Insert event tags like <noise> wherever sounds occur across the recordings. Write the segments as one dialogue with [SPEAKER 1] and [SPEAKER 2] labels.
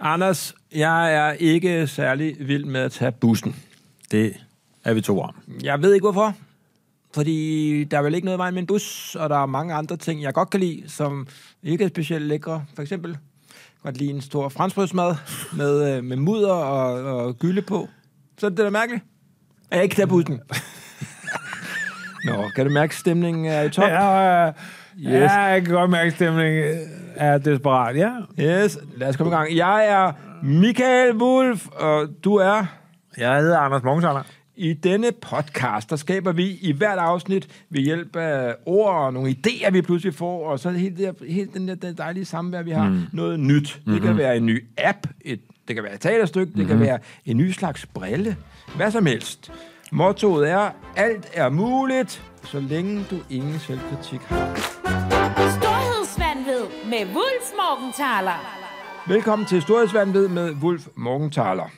[SPEAKER 1] Anders, jeg er ikke særlig vild med at tage bussen.
[SPEAKER 2] Det er vi to om.
[SPEAKER 1] Jeg ved ikke hvorfor. Fordi der er vel ikke noget i vejen med en bus, og der er mange andre ting, jeg godt kan lide, som ikke er specielt lækre. For eksempel jeg kan godt lide en stor franskbrødsmad med, øh, med mudder og, og gylde på. Så er det da mærkeligt, at jeg ikke tager bussen. <laughs> Nå, kan du mærke, at stemningen er i top?
[SPEAKER 2] Ja, yes.
[SPEAKER 1] Yes.
[SPEAKER 2] ja, jeg kan godt mærke, at stemningen er desperat, ja.
[SPEAKER 1] Yes, lad os komme i gang. Jeg er Michael Wolf, og du er...
[SPEAKER 2] Jeg hedder Anders Mogensaller.
[SPEAKER 1] I denne podcast, der skaber vi i hvert afsnit ved hjælp af ord og nogle idéer, vi pludselig får, og så hele, det, her- hele den der den dejlige samvær, vi har, mm. noget nyt. Mm-hmm. Det kan være en ny app, et, det kan være et teaterstykke, mm-hmm. det kan være en ny slags brille, hvad som helst. Mottoet er, alt er muligt, så længe du ingen selvkritik har.
[SPEAKER 3] Storhedsvandved med Wulf Morgenthaler.
[SPEAKER 1] Velkommen til Storhedsvandved med Wolf Morgenthaler.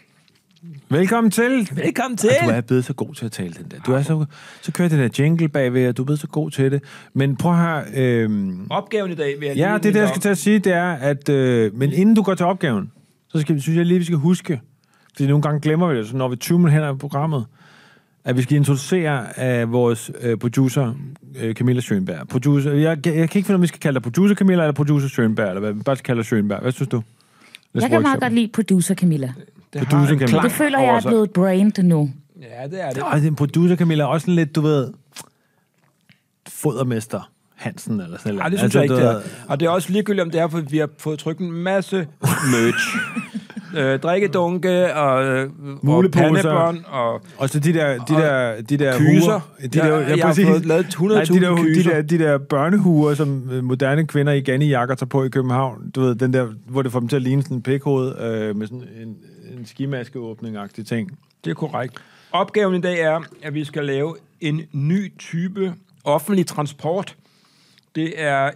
[SPEAKER 2] Velkommen til.
[SPEAKER 1] Velkommen til!
[SPEAKER 2] Du er blevet så god til at tale den der. Du er så, så kører det der jingle bagved, og du er blevet så god til det. Men prøv her. Øh,
[SPEAKER 1] Opgaven i dag vil jeg
[SPEAKER 2] ja,
[SPEAKER 1] lige
[SPEAKER 2] det der
[SPEAKER 1] minde
[SPEAKER 2] jeg
[SPEAKER 1] om.
[SPEAKER 2] skal til at sige, det er, at... Øh, men inden du går til opgaven, så skal, synes jeg lige, vi skal huske, fordi nogle gange glemmer vi det, så når vi 20 minutter hen i programmet, at vi skal introducere af vores øh, producer, øh, Camilla Schönberg. Producer, jeg, jeg, kan ikke finde, ud af, om vi skal kalde dig producer Camilla eller producer Schönberg, eller hvad vi bare skal kalde dig Schönberg. Hvad synes du? Let's
[SPEAKER 4] Jeg kan meget
[SPEAKER 2] workshop.
[SPEAKER 4] godt lide producer Camilla.
[SPEAKER 1] Det har
[SPEAKER 2] Producer
[SPEAKER 1] en
[SPEAKER 2] Camilla.
[SPEAKER 1] klang
[SPEAKER 4] Det føler jeg
[SPEAKER 1] over
[SPEAKER 4] er
[SPEAKER 1] sig.
[SPEAKER 4] blevet et brand nu.
[SPEAKER 1] Ja, det er det.
[SPEAKER 2] Og en producer, Camilla, er også sådan lidt, du ved, fodermester Hansen eller sådan noget.
[SPEAKER 1] Nej, det synes altså, jeg ikke, det er. Og det er også ligegyldigt, om det er, for vi har fået trykt en masse merch. øh, drikkedunke og, øh, og
[SPEAKER 2] Muleposer.
[SPEAKER 1] pandebånd og...
[SPEAKER 2] Og så de der, de
[SPEAKER 1] Og
[SPEAKER 2] der, de der
[SPEAKER 1] kyser.
[SPEAKER 2] huer. De
[SPEAKER 1] Ja,
[SPEAKER 2] der,
[SPEAKER 1] jeg har fået lavet 100.000
[SPEAKER 2] Nej, de der,
[SPEAKER 1] kyser.
[SPEAKER 2] De der, de der børnehuer, som øh, moderne kvinder i Ganni-jakker tager på i København. Du ved, den der, hvor det får dem til at ligne sådan en pikhoved øh, med sådan en, en skimaskeåbning-agtig ting.
[SPEAKER 1] Det er korrekt. Opgaven i dag er, at vi skal lave en ny type offentlig transport. Det er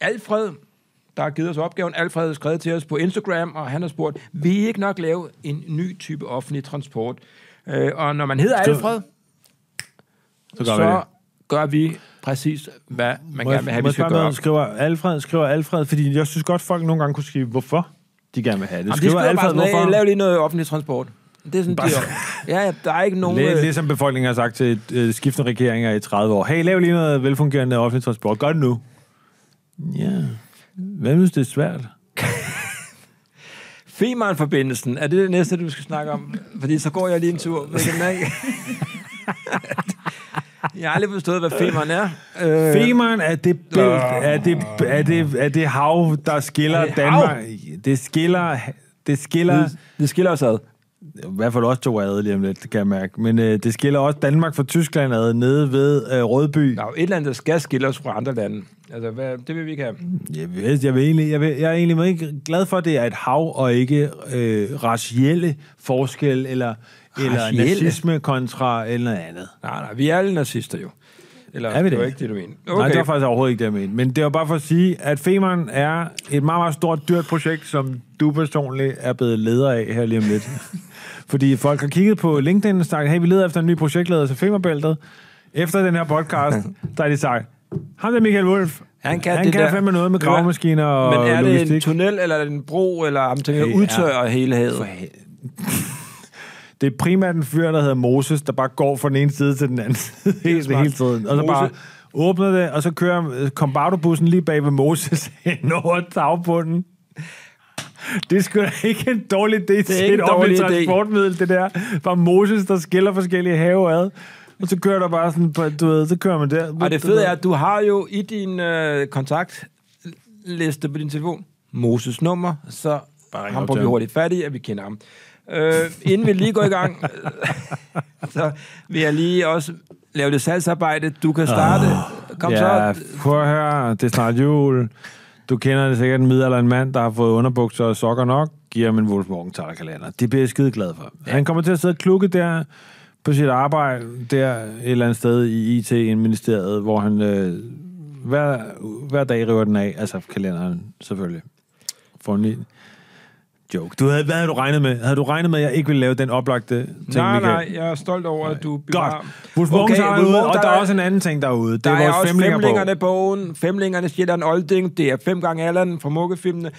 [SPEAKER 1] Alfred, der har givet os opgaven. Alfred har skrevet til os på Instagram, og han har spurgt, vil I ikke nok lave en ny type offentlig transport? Øh, og når man hedder
[SPEAKER 2] Så-
[SPEAKER 1] Alfred,
[SPEAKER 2] Så gør vi
[SPEAKER 1] så
[SPEAKER 2] det.
[SPEAKER 1] gør vi præcis, hvad man
[SPEAKER 2] Må
[SPEAKER 1] gerne
[SPEAKER 2] jeg,
[SPEAKER 1] vil
[SPEAKER 2] have,
[SPEAKER 1] have,
[SPEAKER 2] må
[SPEAKER 1] vi skal
[SPEAKER 2] jeg spørge, hvad
[SPEAKER 1] gøre.
[SPEAKER 2] han skriver Alfred, skriver Alfred, fordi jeg synes godt, folk nogle gange kunne skrive, hvorfor de gerne vil have det.
[SPEAKER 1] Jamen, de skriver Alfred, bare sådan,
[SPEAKER 2] hvorfor?
[SPEAKER 1] "Hey, lav lige noget offentlig transport. Det er sådan,
[SPEAKER 2] Bare- <laughs>
[SPEAKER 1] de, ja, ja, der er ikke nogen...
[SPEAKER 2] Lidt,
[SPEAKER 1] øh,
[SPEAKER 2] ligesom befolkningen har sagt til øh, skiftende regeringer i 30 år. Hey, lav lige noget velfungerende offentlig transport. Gør det nu. Ja. Hvem synes, det er svært?
[SPEAKER 1] Femern-forbindelsen, er det det næste, du skal snakke om? Fordi så går jeg lige en tur. Ved den
[SPEAKER 2] <laughs>
[SPEAKER 1] af. jeg har aldrig forstået, hvad Femern er.
[SPEAKER 2] Øh. Femern er det, bælt,
[SPEAKER 1] Øh.
[SPEAKER 2] er, det, er, det, er det hav, der skiller
[SPEAKER 1] Er det
[SPEAKER 2] Danmark. Det skiller... Det skiller...
[SPEAKER 1] Det skiller os ad.
[SPEAKER 2] I hvert fald også to ad lige om lidt, kan jeg mærke. Men øh, det skiller også Danmark fra Tyskland ad nede ved øh, Rødby.
[SPEAKER 1] Der er jo et eller andet, der skal skille os fra andre lande. Altså, hvad, det vil vi ikke have.
[SPEAKER 2] Jeg, ved, jeg, vil egentlig, jeg, vil, jeg er egentlig meget ikke glad for, at det er et hav og ikke øh, racielle forskel eller, eller
[SPEAKER 1] Racielle?
[SPEAKER 2] nazisme kontra eller noget andet.
[SPEAKER 1] Nej, nej, vi er alle nazister jo. Eller,
[SPEAKER 2] Er vi
[SPEAKER 1] det var
[SPEAKER 2] det?
[SPEAKER 1] ikke det, du mener.
[SPEAKER 2] Okay. Nej, det var faktisk overhovedet ikke det, jeg mente. Men det var bare for at sige, at Femern er et meget, meget stort, dyrt projekt, som du personligt er blevet leder af her lige om
[SPEAKER 1] <laughs>
[SPEAKER 2] lidt. Fordi folk har kigget på LinkedIn og sagt, hey, vi leder efter en ny projektleder til Femernbæltet. Efter den her
[SPEAKER 1] <laughs>
[SPEAKER 2] podcast, der har de sagt, ham der Michael Wolf,
[SPEAKER 1] Han kan,
[SPEAKER 2] han
[SPEAKER 1] det
[SPEAKER 2] kan
[SPEAKER 1] der.
[SPEAKER 2] fandme noget med
[SPEAKER 1] Ved du hvad?
[SPEAKER 2] gravemaskiner og
[SPEAKER 1] Men er
[SPEAKER 2] logistik.
[SPEAKER 1] det en tunnel, eller er det en bro, eller om det
[SPEAKER 2] Det er-
[SPEAKER 1] udtørrer hele havet?
[SPEAKER 2] Det er primært en fyr, der hedder Moses, der bare går fra den ene side til den anden <laughs> side hele,
[SPEAKER 1] smart.
[SPEAKER 2] hele tiden. Og så
[SPEAKER 1] Moses-
[SPEAKER 2] bare åbner det, og så kører kombardobussen lige bag ved Moses <laughs> hen over tagbunden. Det er sgu da ikke en dårlig idé til
[SPEAKER 1] ikke
[SPEAKER 2] et
[SPEAKER 1] en dårlig
[SPEAKER 2] offentligt
[SPEAKER 1] idé.
[SPEAKER 2] transportmiddel, det der. Bare Moses, der skiller forskellige have ad. Og så kører der bare sådan, på- du ved, så kører man der.
[SPEAKER 1] Og det fede er, at du har jo i din øh, kontaktliste på din telefon Moses nummer, så
[SPEAKER 2] Bare ring
[SPEAKER 1] ham
[SPEAKER 2] op
[SPEAKER 1] får
[SPEAKER 2] til
[SPEAKER 1] vi
[SPEAKER 2] ham.
[SPEAKER 1] hurtigt fat i, at vi kender ham. Øh, inden vi lige går i
[SPEAKER 2] <laughs>
[SPEAKER 1] gang, så vil jeg lige også lave det salgsarbejde. Du kan starte. Kom
[SPEAKER 2] Ah, ja,
[SPEAKER 1] så.
[SPEAKER 2] prøv at høre, det er snart jul. Du kender det sikkert en midalderen mand, der har fået underbukser og sokker nok. Giv ham en Wolfsborg kalender. Det bliver jeg skide glad for. Ja. Han kommer til at sidde og klukke der på sit arbejde, der et eller andet sted i IT-ministeriet, hvor han øh, hver, hver dag river den af. Altså kalenderen, selvfølgelig. For en lille joke. Du havde, hvad havde du regnet med? Havde du regnet med, at jeg ikke ville lave den oplagte ting,
[SPEAKER 1] Nej,
[SPEAKER 2] Michael?
[SPEAKER 1] nej, jeg er stolt over, at du
[SPEAKER 2] Godt.
[SPEAKER 1] bevarer-
[SPEAKER 2] Wolfsborg okay, er
[SPEAKER 1] Wolf
[SPEAKER 2] ude,
[SPEAKER 1] Morgenthaler-
[SPEAKER 2] og der er også en anden ting derude. Det
[SPEAKER 1] Der
[SPEAKER 2] er,
[SPEAKER 1] er,
[SPEAKER 2] vores
[SPEAKER 1] også
[SPEAKER 2] femlingerbog.
[SPEAKER 1] femlingerne bogen, femlingerne Sjælland Olding, det er fem gange Allan fra Mukkefilmene.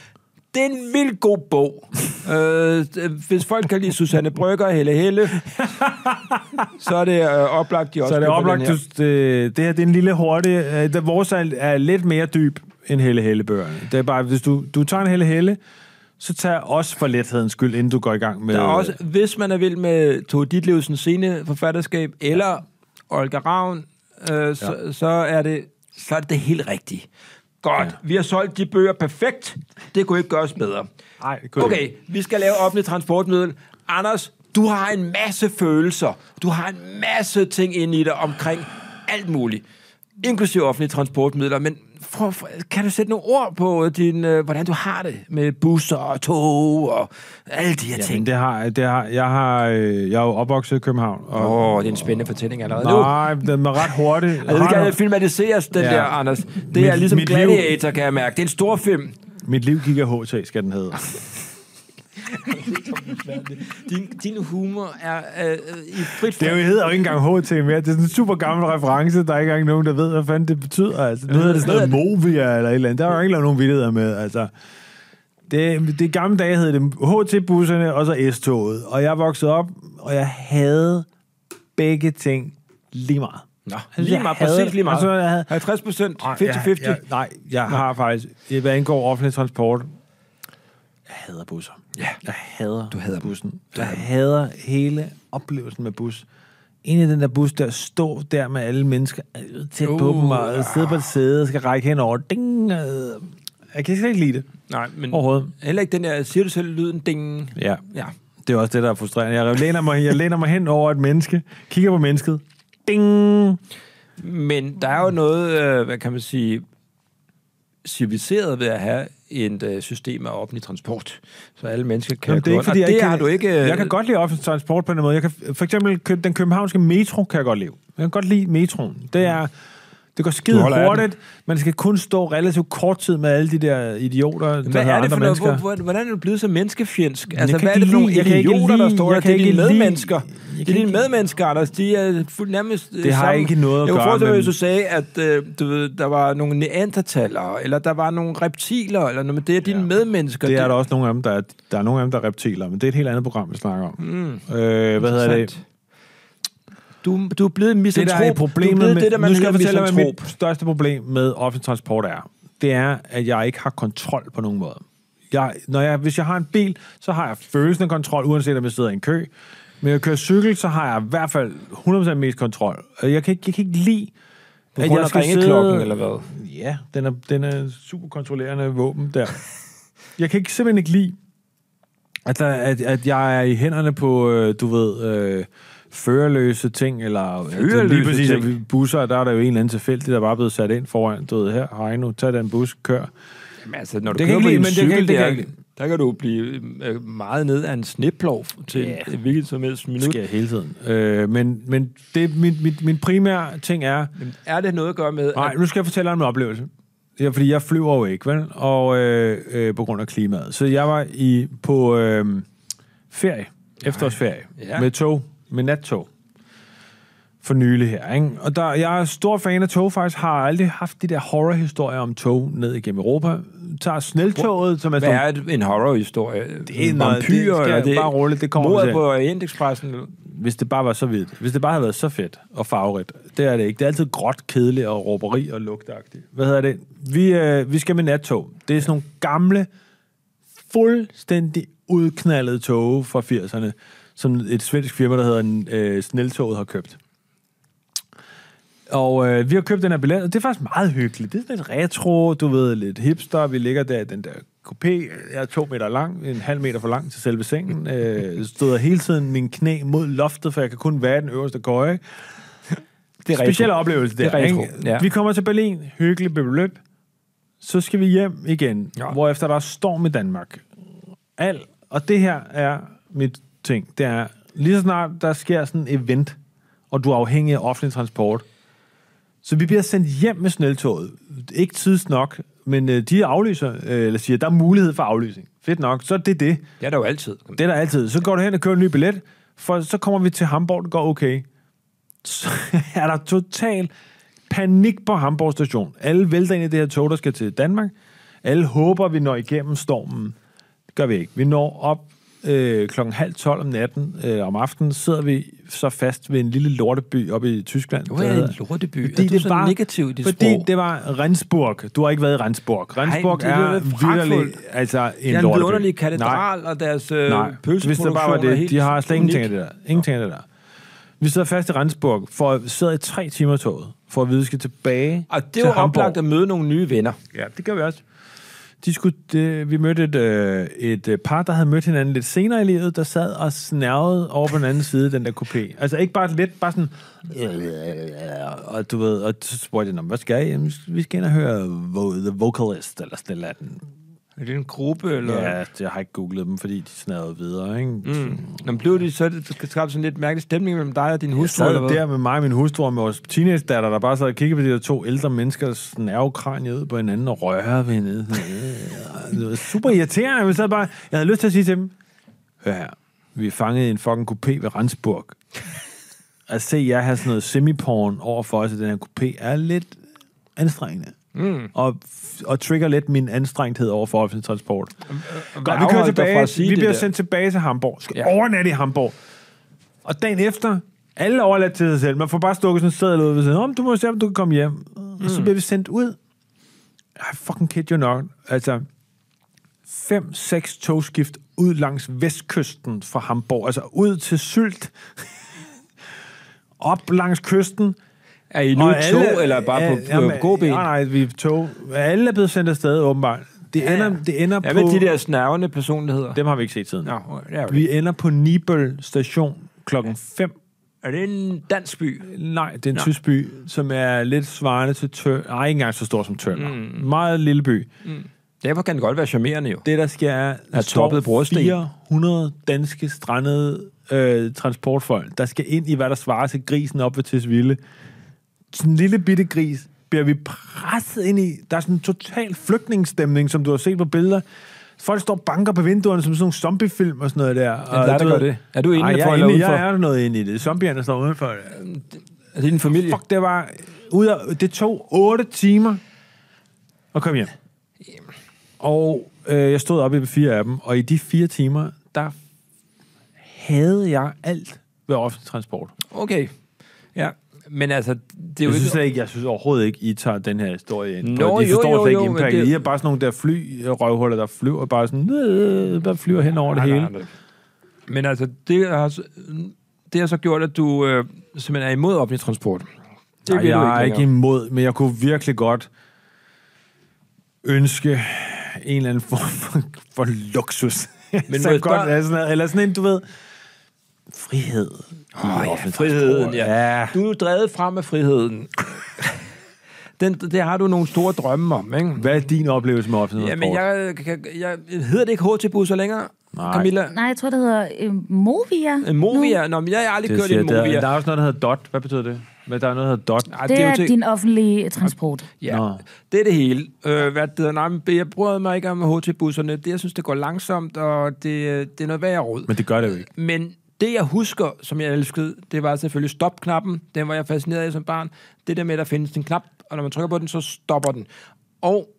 [SPEAKER 1] Det er en vild god
[SPEAKER 2] <laughs>
[SPEAKER 1] bog. øh, hvis folk kan lide Susanne Brygger og Helle
[SPEAKER 2] <laughs>
[SPEAKER 1] Helle, så er det øh, oplagt, de også
[SPEAKER 2] Så er det
[SPEAKER 1] køber den
[SPEAKER 2] oplagt,
[SPEAKER 1] her.
[SPEAKER 2] du, det, det her det er en lille hurtig... Øh, der, vores er, er lidt mere dyb end Helle Helle bøgerne. Det er bare, hvis du, du tager en Helle Helle, så tag også for lethedens skyld, inden du går i gang med...
[SPEAKER 1] Der er også, hvis man er vild med Tove Ditlevsens sene forfatterskab, eller Olga Ravn, øh, så, så, er det, så er det det helt rigtige. Godt,
[SPEAKER 2] Ja.
[SPEAKER 1] ja. vi har solgt de bøger perfekt. Det kunne ikke gøres bedre.
[SPEAKER 2] Nej, det kunne det
[SPEAKER 1] Okay, vi skal lave offentlig transportmiddel. Anders, du har en masse følelser. Du har en masse ting inde i dig omkring alt muligt. Inklusive offentlige transportmidler. Men for, for, kan du sætte nogle ord på, din, øh, hvordan du har det med busser og tog og alle de her ting?
[SPEAKER 2] Jamen, det har, det har, jeg, har, øh, jeg er jo opvokset i København. Og,
[SPEAKER 1] Åh, oh, det er en spændende fortællingen allerede nu.
[SPEAKER 2] nej, den er ret hurtig.
[SPEAKER 1] <laughs> Altså, det kan filmatiseres, den
[SPEAKER 2] Ja.
[SPEAKER 1] ja. der, Anders. Det
[SPEAKER 2] Mit-
[SPEAKER 1] er ligesom
[SPEAKER 2] mit liv-
[SPEAKER 1] Gladiator, kan jeg mærke. Det er en stor film.
[SPEAKER 2] Mit liv gik af HT, skal den hedde.
[SPEAKER 1] Din, din humor er øh, øh, i frit
[SPEAKER 2] Det er jo,
[SPEAKER 1] fald.
[SPEAKER 2] hedder jo ikke engang HT mere. Det er sådan en super gammel reference. Der er ikke engang nogen, der ved, hvad fanden det betyder. Altså, nu hedder det sådan noget Movia eller et eller andet. Der er jo ikke lavet nogen vildheder med. Altså, det, det gamle dage hed det HT-busserne og så S-toget. Og jeg voksede op, og jeg havde begge ting lige meget.
[SPEAKER 1] Nå,
[SPEAKER 2] Altså,
[SPEAKER 1] lige
[SPEAKER 2] jeg
[SPEAKER 1] meget,
[SPEAKER 2] havde-
[SPEAKER 1] præcis lige meget.
[SPEAKER 2] Altså, jeg havde,
[SPEAKER 1] 50 procent,
[SPEAKER 2] Nej,
[SPEAKER 1] 50-50.
[SPEAKER 2] Jeg, jeg, nej, jeg har faktisk, hvad angår offentlig transport, jeg hader busser.
[SPEAKER 1] Ja.
[SPEAKER 2] Jeg hader
[SPEAKER 1] Du hader dem.
[SPEAKER 2] bussen. Du jeg hader hele oplevelsen med bus. Ind i den der bus, der står der med alle mennesker øh, tæt uh, på
[SPEAKER 1] Uh,
[SPEAKER 2] dem, og sidder på et sæde og skal række hen over. Ding, øh. Jeg kan slet ikke lide det.
[SPEAKER 1] Nej, men
[SPEAKER 2] Overhovedet.
[SPEAKER 1] heller ikke den der, siger du selv, lyden ding.
[SPEAKER 2] Ja.
[SPEAKER 1] Ja.
[SPEAKER 2] Det er også det, der er frustrerende. Jeg læner mig, jeg læner mig hen over et menneske, kigger på mennesket. Ding!
[SPEAKER 1] Men der er jo noget, øh, hvad kan man sige, civiliseret ved at have et øh, system af offentlig transport, så alle mennesker kan
[SPEAKER 2] Jamen, det er
[SPEAKER 1] gå
[SPEAKER 2] ikke, fordi
[SPEAKER 1] rundt. Og
[SPEAKER 2] jeg
[SPEAKER 1] det
[SPEAKER 2] kan,
[SPEAKER 1] har du ikke... øh,
[SPEAKER 2] Jeg kan godt lide offentlig transport på den måde. Jeg kan f- for eksempel købe den københavnske metro, kan jeg godt lide. Jeg kan godt lide metroen. Det er... Det går
[SPEAKER 1] Du
[SPEAKER 2] skide
[SPEAKER 1] holder af
[SPEAKER 2] hurtigt. Man skal kun stå relativt kort tid med alle de der idioter, der
[SPEAKER 1] Hvad
[SPEAKER 2] hedder
[SPEAKER 1] er det for
[SPEAKER 2] andre
[SPEAKER 1] noget?
[SPEAKER 2] mennesker.
[SPEAKER 1] Hvor, hvor, hvordan er du blevet så menneskefjendsk? Altså,
[SPEAKER 2] jeg kan
[SPEAKER 1] hvad er
[SPEAKER 2] ikke
[SPEAKER 1] det for nogle
[SPEAKER 2] lide- jeg kan ikke
[SPEAKER 1] idioter, der
[SPEAKER 2] lide-
[SPEAKER 1] står der?
[SPEAKER 2] jeg
[SPEAKER 1] Det
[SPEAKER 2] kan
[SPEAKER 1] er dine
[SPEAKER 2] ikke lide-
[SPEAKER 1] medmennesker.
[SPEAKER 2] jeg
[SPEAKER 1] Det er
[SPEAKER 2] kan
[SPEAKER 1] dine
[SPEAKER 2] ikke-
[SPEAKER 1] medmennesker, Anders. De er fuldt nærmest øh,
[SPEAKER 2] Det har
[SPEAKER 1] sammen.
[SPEAKER 2] ikke noget at
[SPEAKER 1] jeg
[SPEAKER 2] gøre
[SPEAKER 1] Jeg forstår,
[SPEAKER 2] med-
[SPEAKER 1] hvis du sagde, at øh, du ved, der var nogle neandertalere, eller der var nogle reptiler, eller noget, men det er dine
[SPEAKER 2] Ja.
[SPEAKER 1] medmennesker.
[SPEAKER 2] Det er
[SPEAKER 1] Det-
[SPEAKER 2] der også nogle af dem, der er, der er nogle af dem, der er reptiler, men det er et helt andet program, vi snakker om. Mm. Øh, hvad hedder det?
[SPEAKER 1] Sandt. Du, du er blevet
[SPEAKER 2] det,
[SPEAKER 1] misantrop.
[SPEAKER 2] der er
[SPEAKER 1] du er
[SPEAKER 2] problemet
[SPEAKER 1] blevet
[SPEAKER 2] med,
[SPEAKER 1] det, der man
[SPEAKER 2] nu skal jeg
[SPEAKER 1] hedder
[SPEAKER 2] fortælle dig, hvad
[SPEAKER 1] misantrop.
[SPEAKER 2] mit største problem med offentlig transport er. Det er, at jeg ikke har kontrol på nogen måde. Jeg, når jeg, hvis jeg har en bil, så har jeg følelsen af kontrol, uanset om jeg sidder i en kø. Men når jeg kører cykel, så har jeg i hvert fald 100% mest kontrol. Og Jeg kan ikke, jeg kan ikke lide,
[SPEAKER 1] På grund af ringeklokken, eller hvad?
[SPEAKER 2] Ja, den er, den er super kontrollerende våben der. jeg kan ikke, simpelthen ikke lide, at, der, at, at jeg er i hænderne på, øh, du ved, øh, førerløse ting, eller altså, lige
[SPEAKER 1] Førerløse
[SPEAKER 2] præcis
[SPEAKER 1] ting?
[SPEAKER 2] at busser, der er der jo en eller anden tilfældig, der bare er blevet sat ind foran, du ved, her, hej nu, tag den bus, kør.
[SPEAKER 1] Jamen, altså, når du
[SPEAKER 2] Det kan
[SPEAKER 1] kører
[SPEAKER 2] ikke
[SPEAKER 1] på
[SPEAKER 2] lide,
[SPEAKER 1] en
[SPEAKER 2] men
[SPEAKER 1] cykel,
[SPEAKER 2] det kan- det kan
[SPEAKER 1] der,
[SPEAKER 2] ikke lide.
[SPEAKER 1] der kan du blive øh, meget ned af en sneplov til
[SPEAKER 2] Ja.
[SPEAKER 1] yeah. hvilket som helst minut.
[SPEAKER 2] Det sker hele tiden. Øh, men men det, min, min, min primære ting er,
[SPEAKER 1] Er det noget at gøre med...
[SPEAKER 2] Nej, nu skal jeg fortælle dig om en oplevelse. Ja, fordi jeg flyver jo ikke, vel? Og øh, øh, på grund af klimaet. Så jeg var i på øh, ferie, efterårsferie,
[SPEAKER 1] Ja.
[SPEAKER 2] ja. med tog, med nattog. For nylig her, ikke? Og der, jeg er stor fan af tog, faktisk har aldrig haft de der horrorhistorier om tog ned igennem Europa. Tager sneltoget, som er
[SPEAKER 1] Hvad
[SPEAKER 2] sådan...
[SPEAKER 1] er et- en horrorhistorie?
[SPEAKER 2] Det er noget-
[SPEAKER 1] vampyrer,
[SPEAKER 2] det skal
[SPEAKER 1] eller
[SPEAKER 2] bare roligt, det kommer vi
[SPEAKER 1] mordet
[SPEAKER 2] til.
[SPEAKER 1] på Orientexpressen.
[SPEAKER 2] Hvis det bare var så vildt. Hvis det bare havde været så fedt og farverigt. Det er det ikke. Det er altid gråt, kedeligt og råberi og lugtagtigt. Hvad hedder det? Vi, øh, vi skal med nattog. Det er sådan nogle gamle, fuldstændig udknaldede toge fra 80'erne, som et svensk firma, der hedder øh, Sneltoget, har købt. Og øh, vi har købt den her billet, og det er faktisk meget hyggeligt. Det er sådan lidt retro, du ved, lidt hipster. Vi ligger der i den der coupé. Jeg er to meter lang, en halv meter for lang til selve sengen. Øh, støder hele tiden min knæ mod loftet, for jeg kan kun være i den øverste køje.
[SPEAKER 1] Det er
[SPEAKER 2] Speciel
[SPEAKER 1] rigtigt.
[SPEAKER 2] oplevelse der.
[SPEAKER 1] Det er retro,
[SPEAKER 2] ikke?
[SPEAKER 1] ja.
[SPEAKER 2] Vi kommer til Berlin, hyggeligt beløb. Så skal vi hjem igen,
[SPEAKER 1] Ja.
[SPEAKER 2] ja. hvorefter der er storm i Danmark. Al, og det her er mit ting. Det er, lige så snart der sker sådan en event, og du er afhængig af offentlig transport, så vi bliver sendt hjem med sneltoget. Ikke tids nok, men øh, de aflyser, øh, eller siger, der er mulighed for aflysning. Fedt nok, så er det det.
[SPEAKER 1] Det er der jo altid.
[SPEAKER 2] Det er der altid. Så går du hen og køber en ny billet, for så kommer vi til Hamburg, det går okay. Så <laughs> er der total panik på Hamburg station. Alle vælter ind i det her tog, der skal til Danmark. Alle håber, vi når igennem stormen. gør vi ikke. Vi når op øh, klokken halv tolv om natten, øh, om aftenen, sidder vi så fast ved en lille lorteby oppe i Tyskland. Øh,
[SPEAKER 1] Nu er jeg en lorteby.
[SPEAKER 2] Fordi
[SPEAKER 1] er du
[SPEAKER 2] det
[SPEAKER 1] så
[SPEAKER 2] var,
[SPEAKER 1] negativ i dit
[SPEAKER 2] Fordi
[SPEAKER 1] sprog?
[SPEAKER 2] det var Rendsburg. Du har ikke været i Rendsburg. Rendsburg
[SPEAKER 1] men det er
[SPEAKER 2] er
[SPEAKER 1] jo Frankfurt.
[SPEAKER 2] vidderlig, altså en
[SPEAKER 1] Det er en
[SPEAKER 2] lorteby.
[SPEAKER 1] vidunderlig
[SPEAKER 2] Nej.
[SPEAKER 1] katedral, og deres øh,
[SPEAKER 2] Nej,
[SPEAKER 1] pølseproduktion
[SPEAKER 2] hvis det bare var
[SPEAKER 1] er
[SPEAKER 2] det.
[SPEAKER 1] helt
[SPEAKER 2] De har slet ingenting af
[SPEAKER 1] unik.
[SPEAKER 2] det der. Ingenting af det der. Vi sidder fast i Rendsburg, for at sidder i tre timer i toget, for at vide, at vi skal tilbage
[SPEAKER 1] Og det
[SPEAKER 2] til
[SPEAKER 1] er jo
[SPEAKER 2] Hamburg.
[SPEAKER 1] oplagt at møde nogle nye venner.
[SPEAKER 2] Ja, det gør vi også. De skulle, det, vi mødte et, øh, et øh, par, der havde mødt hinanden lidt senere i livet, der sad og snærvede over på den anden side af den der coupé. Altså ikke bare lidt, bare sådan... øh, Og du ved, og så spurgte jeg, "Nå, men hvad skal I? Jamen, vi skal ind og høre vo- The Vocalist, eller sådan et eller
[SPEAKER 1] Er det en gruppe, eller?
[SPEAKER 2] andet. Ja, jeg har ikke googlet dem, fordi de snærvede videre, ikke? Mm.
[SPEAKER 1] Nå, men blev det så, det skal skabe sådan lidt mærkelig stemning mellem dig og din hustru,
[SPEAKER 2] sad
[SPEAKER 1] eller hvad?
[SPEAKER 2] der med mig og min hustru og med vores teenage-datter, der bare sad og kiggede på de der to ældre menneskers nervekranje ud på hinanden og rørte ved hinanden. <laughs> Det var super irriterende, men så bare, jeg havde lyst til at sige til dem, hør her, vi er fanget i en fucking coupé ved Rendsburg. At se jer have sådan noget semiporn over for os i den her coupé er lidt anstrengende. Mm. Og, og trigger lidt min anstrengthed over for offentlig transport.
[SPEAKER 1] Øhm, øh,
[SPEAKER 2] Godt, vi kører
[SPEAKER 1] afholdt dig fra
[SPEAKER 2] tilbage.
[SPEAKER 1] at sige
[SPEAKER 2] Vi
[SPEAKER 1] det
[SPEAKER 2] bliver
[SPEAKER 1] der?
[SPEAKER 2] sendt tilbage til Hamburg. Skal
[SPEAKER 1] Ja.
[SPEAKER 2] ja. overnatte i Hamburg. Og dagen efter, alle er overladt til sig selv. Man får bare stukket sådan en sædel ud ved siden. Om, du må se, om du kan komme hjem. Mm. Og så bliver vi sendt ud. I fucking kid you not. Altså, fem, seks togskift ud langs vestkysten fra Hamburg. Altså ud til Sylt. Op langs kysten.
[SPEAKER 1] Er I nu
[SPEAKER 2] Og
[SPEAKER 1] i tog, eller bare på,
[SPEAKER 2] øh,
[SPEAKER 1] på, på gåben?
[SPEAKER 2] Nej, nej, vi er tog. Alle er blevet sendt afsted, åbenbart. Det ender, det ender
[SPEAKER 1] Ja,
[SPEAKER 2] på...
[SPEAKER 1] ved de der snærvende personligheder.
[SPEAKER 2] Dem har vi ikke set siden.
[SPEAKER 1] Nå, okay, det er, jo det.
[SPEAKER 2] Vi ender på Nibøl station klokken 5.
[SPEAKER 1] er det en dansk by?
[SPEAKER 2] Nej, det er en
[SPEAKER 1] Nå.
[SPEAKER 2] tysk by, som er lidt svarende til Tø... Nej, ikke engang så stor som Tønder. Mm. Meget lille by.
[SPEAKER 1] Derfor kan det godt være charmerende jo.
[SPEAKER 2] Det, der sker, er, der
[SPEAKER 1] Er toppet brosten.
[SPEAKER 2] 400 danske strandede øh, transportfolk, der skal ind i, hvad der svarer til grisen op ved Tisvilde. Sådan en lille bitte gris bliver vi presset ind i. Der er sådan en total flygtningsstemning, som du har set på billeder. Folk står og banker på vinduerne som sådan nogle zombiefilm og sådan noget der. Og
[SPEAKER 1] der, der
[SPEAKER 2] du
[SPEAKER 1] gør
[SPEAKER 2] ved-
[SPEAKER 1] det. Er du inde
[SPEAKER 2] Ej, jeg,
[SPEAKER 1] for
[SPEAKER 2] er
[SPEAKER 1] eller
[SPEAKER 2] inde,
[SPEAKER 1] udenfor?
[SPEAKER 2] jeg er noget inde i det. Zombierne står udenfor.
[SPEAKER 1] Er det din familie?
[SPEAKER 2] Fuck, det var... Ud af, det tog 8 timer at komme hjem. Og øh, jeg stod oppe i fire af dem, og i de fire timer, der havde jeg alt ved offentlig transport.
[SPEAKER 1] Okay. Ja, men altså, det er jo
[SPEAKER 2] Jeg synes,
[SPEAKER 1] ikke...
[SPEAKER 2] slet ikke, jeg synes overhovedet ikke, I tager den her historie ind.
[SPEAKER 1] Nå,
[SPEAKER 2] Nå, I
[SPEAKER 1] jo,
[SPEAKER 2] forstår
[SPEAKER 1] jo,
[SPEAKER 2] slet
[SPEAKER 1] jo,
[SPEAKER 2] ikke
[SPEAKER 1] men
[SPEAKER 2] impactet.
[SPEAKER 1] det-
[SPEAKER 2] I er bare sådan nogle der fly, røvhuller, der flyver bare sådan, øh, bare flyver hen over det hele.
[SPEAKER 1] Men altså, det har, s- det har så gjort, at du øh, simpelthen er imod offentlig transport. Det
[SPEAKER 2] Nej,
[SPEAKER 1] vil du
[SPEAKER 2] jeg er ikke
[SPEAKER 1] længere.
[SPEAKER 2] imod, men jeg kunne virkelig godt ønske en eller anden form for, for luksus. <laughs> Men så
[SPEAKER 1] må jeg
[SPEAKER 2] godt,
[SPEAKER 1] spørge-
[SPEAKER 2] eller, sådan noget, eller sådan en, du ved, frihed.
[SPEAKER 1] Åh, ja, friheden, ja.
[SPEAKER 2] ja.
[SPEAKER 1] Du er jo drevet frem af friheden. <laughs> Den, det har du nogle store drømme om, ikke?
[SPEAKER 2] Hvad er din oplevelse med offentlig
[SPEAKER 1] Jamen,
[SPEAKER 2] jeg...
[SPEAKER 1] jeg, kan, jeg, hedder det ikke HT-busser længere,
[SPEAKER 2] Nej.
[SPEAKER 1] Camilla?
[SPEAKER 4] Nej, jeg tror, det hedder øh, Movia.
[SPEAKER 1] Øh, Movia? Nå, men jeg har aldrig
[SPEAKER 2] Det
[SPEAKER 1] kørt i
[SPEAKER 2] siger,
[SPEAKER 1] en
[SPEAKER 2] der,
[SPEAKER 1] Movia.
[SPEAKER 2] der er også noget, der hedder DOT. Hvad betyder det? Men der er noget, der hedder DOT.
[SPEAKER 1] Nej,
[SPEAKER 4] Det,
[SPEAKER 1] ah, jo
[SPEAKER 4] er
[SPEAKER 1] til-
[SPEAKER 4] din offentlige transport.
[SPEAKER 1] Ja,
[SPEAKER 2] Nå.
[SPEAKER 1] det er det hele. Øh, hvad det, hedder, nej, men jeg bryder mig ikke om HT-busserne. Det, jeg synes, det går langsomt, og det, det er noget værre råd.
[SPEAKER 2] Men det gør det jo ikke.
[SPEAKER 1] Men det, jeg husker, som jeg elskede, det var selvfølgelig stopknappen. Den var jeg fascineret af som barn. Det der med, at der findes en knap, og når man trykker på den, så stopper den. Og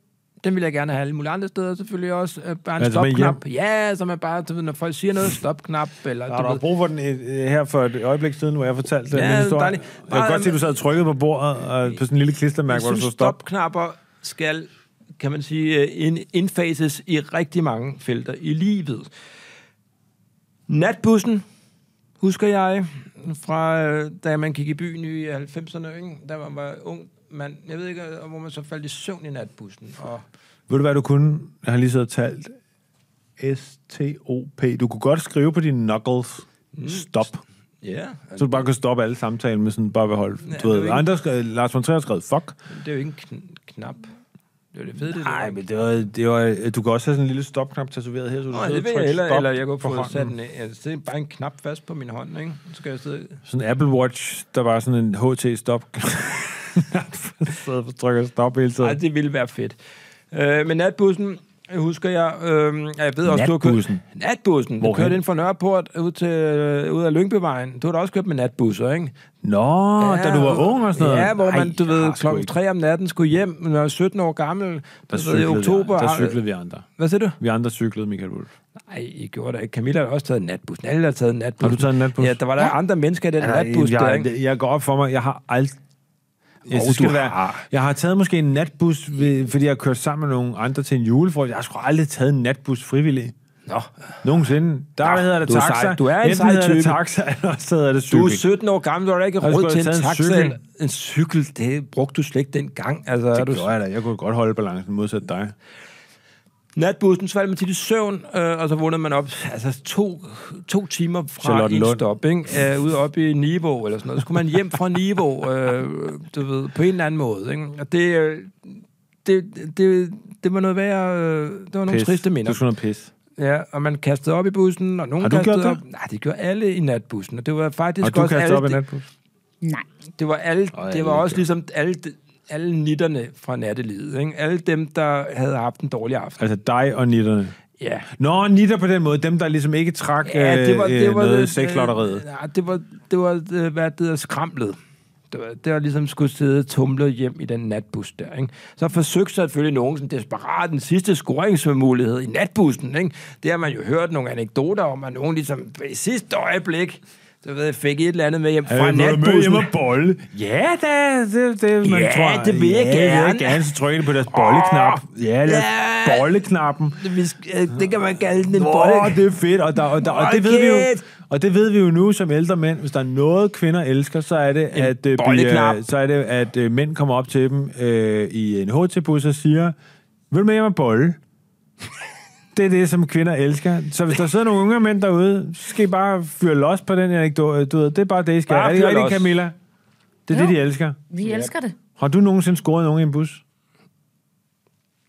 [SPEAKER 1] den vil jeg gerne have alle mulige andre steder selvfølgelig også. Øh, Bare en
[SPEAKER 2] Altså med
[SPEAKER 1] stopknap. Ja, så man bare, du ved, når folk siger noget, stopknap. Eller,
[SPEAKER 2] Har du
[SPEAKER 1] ved-
[SPEAKER 2] haft brug for den øh, her for et øjeblik siden, hvor jeg fortalte
[SPEAKER 1] Ja,
[SPEAKER 2] den
[SPEAKER 1] det er
[SPEAKER 2] historie?
[SPEAKER 1] dejligt.
[SPEAKER 2] Jeg kan
[SPEAKER 1] Nej,
[SPEAKER 2] godt se, at du sad og trykkede på bordet og på sådan en lille klistermærke, hvor
[SPEAKER 1] jeg
[SPEAKER 2] du så
[SPEAKER 1] synes,
[SPEAKER 2] stop.
[SPEAKER 1] stopknapper skal, kan man sige, øh, ind- indfases i rigtig mange felter i livet. Natbussen, husker jeg, fra øh, da man gik i byen i 90'erne, ikke? da man var ung. Man, jeg ved ikke, øh, hvor man så faldt i søvn i natbussen. Og
[SPEAKER 2] Ved du, hvad du kunne? Jeg har lige siddet og talt. S-T-O-P. Du kunne godt skrive på dine knuckles.
[SPEAKER 1] Mm.
[SPEAKER 2] Stop.
[SPEAKER 1] ja, altså,
[SPEAKER 2] Så du bare kunne stoppe alle samtalen med sådan bare ved hold.
[SPEAKER 1] Ja,
[SPEAKER 2] Du
[SPEAKER 1] det er
[SPEAKER 2] ved,
[SPEAKER 1] jo
[SPEAKER 2] andre, skrev, Lars von Trier har skrevet fuck.
[SPEAKER 1] det er jo ikke en kn- knap. Det er jo det fede, det
[SPEAKER 2] Nej,
[SPEAKER 1] der.
[SPEAKER 2] men det var, det var, du kan også have sådan en lille stopknap tatoveret her, så du
[SPEAKER 1] Nå,
[SPEAKER 2] sidder
[SPEAKER 1] det
[SPEAKER 2] og
[SPEAKER 1] vil
[SPEAKER 2] trykker
[SPEAKER 1] jeg heller,
[SPEAKER 2] stop
[SPEAKER 1] eller jeg kunne
[SPEAKER 2] på
[SPEAKER 1] få
[SPEAKER 2] hånden.
[SPEAKER 1] sat en, altså, det er bare en knap fast på min hånd, ikke? Så skal jeg sidde
[SPEAKER 2] Sådan en Apple Watch, der var sådan en <laughs> HT-stop. Så trykker stop hele tiden.
[SPEAKER 1] Ej, det ville være fedt. Øh, men natbussen, Jeg husker, jeg, øh, jeg ved også, du har kørt...
[SPEAKER 2] Natbussen.
[SPEAKER 1] Natbussen. Du
[SPEAKER 2] Hvorhen?
[SPEAKER 1] kørte ind fra Nørreport ud, til, øh, ud af Lyngbyvejen. Du har da også kørt med natbusser, ikke?
[SPEAKER 2] Nå, ja, da du var ung og sådan noget.
[SPEAKER 1] Ja, hvor man,
[SPEAKER 2] Ej,
[SPEAKER 1] du
[SPEAKER 2] jeg har
[SPEAKER 1] ved,
[SPEAKER 2] sgu
[SPEAKER 1] klokken
[SPEAKER 2] ikke.
[SPEAKER 1] 3 om natten skulle hjem, når jeg var 17 år gammel.
[SPEAKER 2] Der
[SPEAKER 1] du ved, i
[SPEAKER 2] cyklede,
[SPEAKER 1] oktober.
[SPEAKER 2] vi, der cyklede vi andre.
[SPEAKER 1] Hvad siger du?
[SPEAKER 2] Vi andre cyklede, Michael Wolf.
[SPEAKER 1] Nej, I gjorde det ikke. Camilla har også taget natbussen. Alle har taget natbussen.
[SPEAKER 2] Har du taget en natbus?
[SPEAKER 1] Ja, der var der ja. andre mennesker i den natbus der,
[SPEAKER 2] jeg,
[SPEAKER 1] ikke?
[SPEAKER 2] jeg, går op for mig, jeg har aldrig... Jeg,
[SPEAKER 1] Jo,
[SPEAKER 2] oh, skal
[SPEAKER 1] du
[SPEAKER 2] være,
[SPEAKER 1] har.
[SPEAKER 2] jeg har taget måske en natbus, ved, fordi jeg har kørt sammen med nogle andre til en julefrokost. Jeg har sgu aldrig taget en natbus frivillig.
[SPEAKER 1] Nå,
[SPEAKER 2] Nogensinde. Der
[SPEAKER 1] Nå,
[SPEAKER 2] hedder det
[SPEAKER 1] du er
[SPEAKER 2] taxa.
[SPEAKER 1] sej. Du er en
[SPEAKER 2] Enten
[SPEAKER 1] sej
[SPEAKER 2] hedder
[SPEAKER 1] type.
[SPEAKER 2] det taxa, <laughs> eller også hedder det
[SPEAKER 1] du
[SPEAKER 2] cykel.
[SPEAKER 1] er 17 år gammel, du har da ikke
[SPEAKER 2] Jeg
[SPEAKER 1] råd
[SPEAKER 2] skulle
[SPEAKER 1] til
[SPEAKER 2] have
[SPEAKER 1] en
[SPEAKER 2] taget en
[SPEAKER 1] taxa.
[SPEAKER 2] cykel.
[SPEAKER 1] eller- En cykel, det brugte du slet ikke dengang. Altså, er
[SPEAKER 2] Det
[SPEAKER 1] du...
[SPEAKER 2] gjorde jeg da. Jeg kunne godt holde balancen modsat dig.
[SPEAKER 1] Natbussen, så faldt man tit i søvn, øh, og så vågnede man op altså to, to timer fra
[SPEAKER 2] Charlotte
[SPEAKER 1] en
[SPEAKER 2] Lund.
[SPEAKER 1] stop, ikke? Øh, ude oppe i Niveau eller sådan noget. Så skulle man hjem fra
[SPEAKER 2] <laughs>
[SPEAKER 1] Niveau, øh, du ved, på en eller anden måde. Ikke? Og det, øh, det, det, det var noget værre, øh, det var nogle
[SPEAKER 2] Pis.
[SPEAKER 1] triste minder.
[SPEAKER 2] Du skulle noget pis.
[SPEAKER 1] Ja, og man kastede op i bussen, og nogen
[SPEAKER 2] Har du
[SPEAKER 1] kastede
[SPEAKER 2] gjort
[SPEAKER 1] op. Nej, det gjorde alle i natbussen, og det var faktisk
[SPEAKER 2] Og du
[SPEAKER 1] også
[SPEAKER 2] kastede
[SPEAKER 1] alle,
[SPEAKER 2] op i
[SPEAKER 1] det,
[SPEAKER 2] natbus.
[SPEAKER 4] Nej.
[SPEAKER 1] det var alle,
[SPEAKER 2] Øj,
[SPEAKER 1] det var
[SPEAKER 2] okay.
[SPEAKER 1] også ligesom alle, alle nitterne fra nattelivet, ikke? Alle dem, der havde haft en dårlig aften.
[SPEAKER 2] Altså dig og nitterne.
[SPEAKER 1] Ja.
[SPEAKER 2] Nå, nitter på den måde. Dem, der ligesom ikke trak ja, det var, det var, noget øh, sexlotteriet.
[SPEAKER 1] Nej, øh, det var, det var øh, hvad det hedder, skramlet. Det var, det var ligesom skulle sidde tumlet hjem i den natbus der, ikke? Så forsøgte selvfølgelig nogen som desperat den sidste scoringsmulighed i natbussen, ikke? Det har man jo hørt nogle anekdoter om, at nogen ligesom i sidste øjeblik, så ved jeg, fik et eller andet med hjem fra natbussen.
[SPEAKER 2] bolle. Ja, da, det, det, man
[SPEAKER 1] Ja,
[SPEAKER 2] tror.
[SPEAKER 1] det vil jeg
[SPEAKER 2] ja, Det vil jeg
[SPEAKER 1] gerne.
[SPEAKER 2] gerne, så trykker de på deres bolleknap.
[SPEAKER 1] Åh,
[SPEAKER 2] Ja, deres
[SPEAKER 1] ja.
[SPEAKER 2] bolleknappen.
[SPEAKER 1] Vi sk- øh, Det kan man kalde den en
[SPEAKER 2] Åh,
[SPEAKER 1] bolle.
[SPEAKER 2] det er fedt. Og, der, og, der, og, det ved vi jo, og det ved vi jo nu som ældre mænd. Hvis der er noget, kvinder elsker, så er det, at, øh,
[SPEAKER 1] bolleknap.
[SPEAKER 2] øh, så er det, at øh, mænd kommer op til dem øh, i en HT-bus og siger, vil du med hjem og
[SPEAKER 1] <laughs>
[SPEAKER 2] bolle? det er det, som kvinder elsker. Så hvis der sidder nogle unge mænd derude, så skal I bare fyre los på den anekdote. Du ved, det er bare det, I skal.
[SPEAKER 1] Bare
[SPEAKER 2] er det ikke
[SPEAKER 1] fyr
[SPEAKER 2] rigtigt,
[SPEAKER 1] los.
[SPEAKER 2] Camilla? Det er jo.
[SPEAKER 4] Jo.
[SPEAKER 2] det, de elsker.
[SPEAKER 4] Vi elsker det.
[SPEAKER 2] Har du nogensinde scoret nogen i en bus?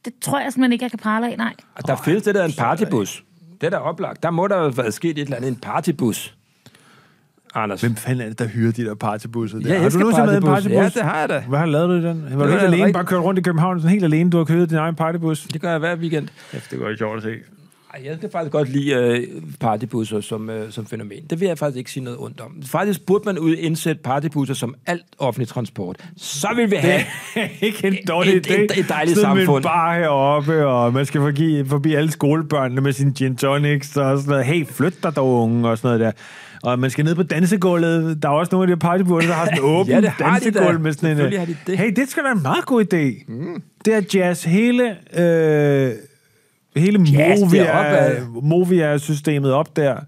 [SPEAKER 4] Det tror jeg simpelthen ikke, jeg kan prale af. Nej.
[SPEAKER 1] Og der findes det der en partybus. Det er der oplagt. Der må der have været sket et eller andet en partybus. Anders.
[SPEAKER 2] Hvem fanden er det, der hyrer de der partybusser?
[SPEAKER 1] Jeg
[SPEAKER 2] har du
[SPEAKER 1] elsker
[SPEAKER 2] nogensinde været i en
[SPEAKER 1] partybus.
[SPEAKER 2] partybus?
[SPEAKER 1] Ja, det har jeg da.
[SPEAKER 2] <laughs> Hvad har du lavet du i den? Var
[SPEAKER 1] Det
[SPEAKER 2] du helt
[SPEAKER 1] var
[SPEAKER 2] alene?
[SPEAKER 1] rigtig-
[SPEAKER 2] Bare kørt rundt i København sådan helt alene? Du har kørt din egen partybus?
[SPEAKER 1] Det gør jeg hver weekend.
[SPEAKER 2] Det var sjovt at se.
[SPEAKER 1] Ej, jeg kan faktisk godt lide øh, partybusser som, øh, som fænomen. Det vil jeg faktisk ikke sige noget ondt om. Faktisk burde man ud indsætte partybusser som alt offentlig transport. Så vil vi have...
[SPEAKER 2] <laughs> ikke en dårlig
[SPEAKER 1] Et-
[SPEAKER 2] idé.
[SPEAKER 1] et- et dejligt
[SPEAKER 2] Sådan med en
[SPEAKER 1] samfund.
[SPEAKER 2] bar heroppe, og man skal forbi, forbi alle skolebørnene med sine gin tonics og sådan noget. Hey, flyt dig dog, unge, og sådan noget der. Og man skal ned på dansegulvet. Der er også nogle af de her partybusser, der
[SPEAKER 1] <laughs>
[SPEAKER 2] har sådan en åben
[SPEAKER 1] det har de da.
[SPEAKER 2] dansegulv med sådan en... øh,
[SPEAKER 1] Selvfølgelig har de det.
[SPEAKER 2] Hey, det skal være en meget god idé. Mm. Det er jazz hele... Øh, hele
[SPEAKER 1] Jazz
[SPEAKER 2] Movia,
[SPEAKER 1] deroppe,
[SPEAKER 2] Movia-systemet op der. Det er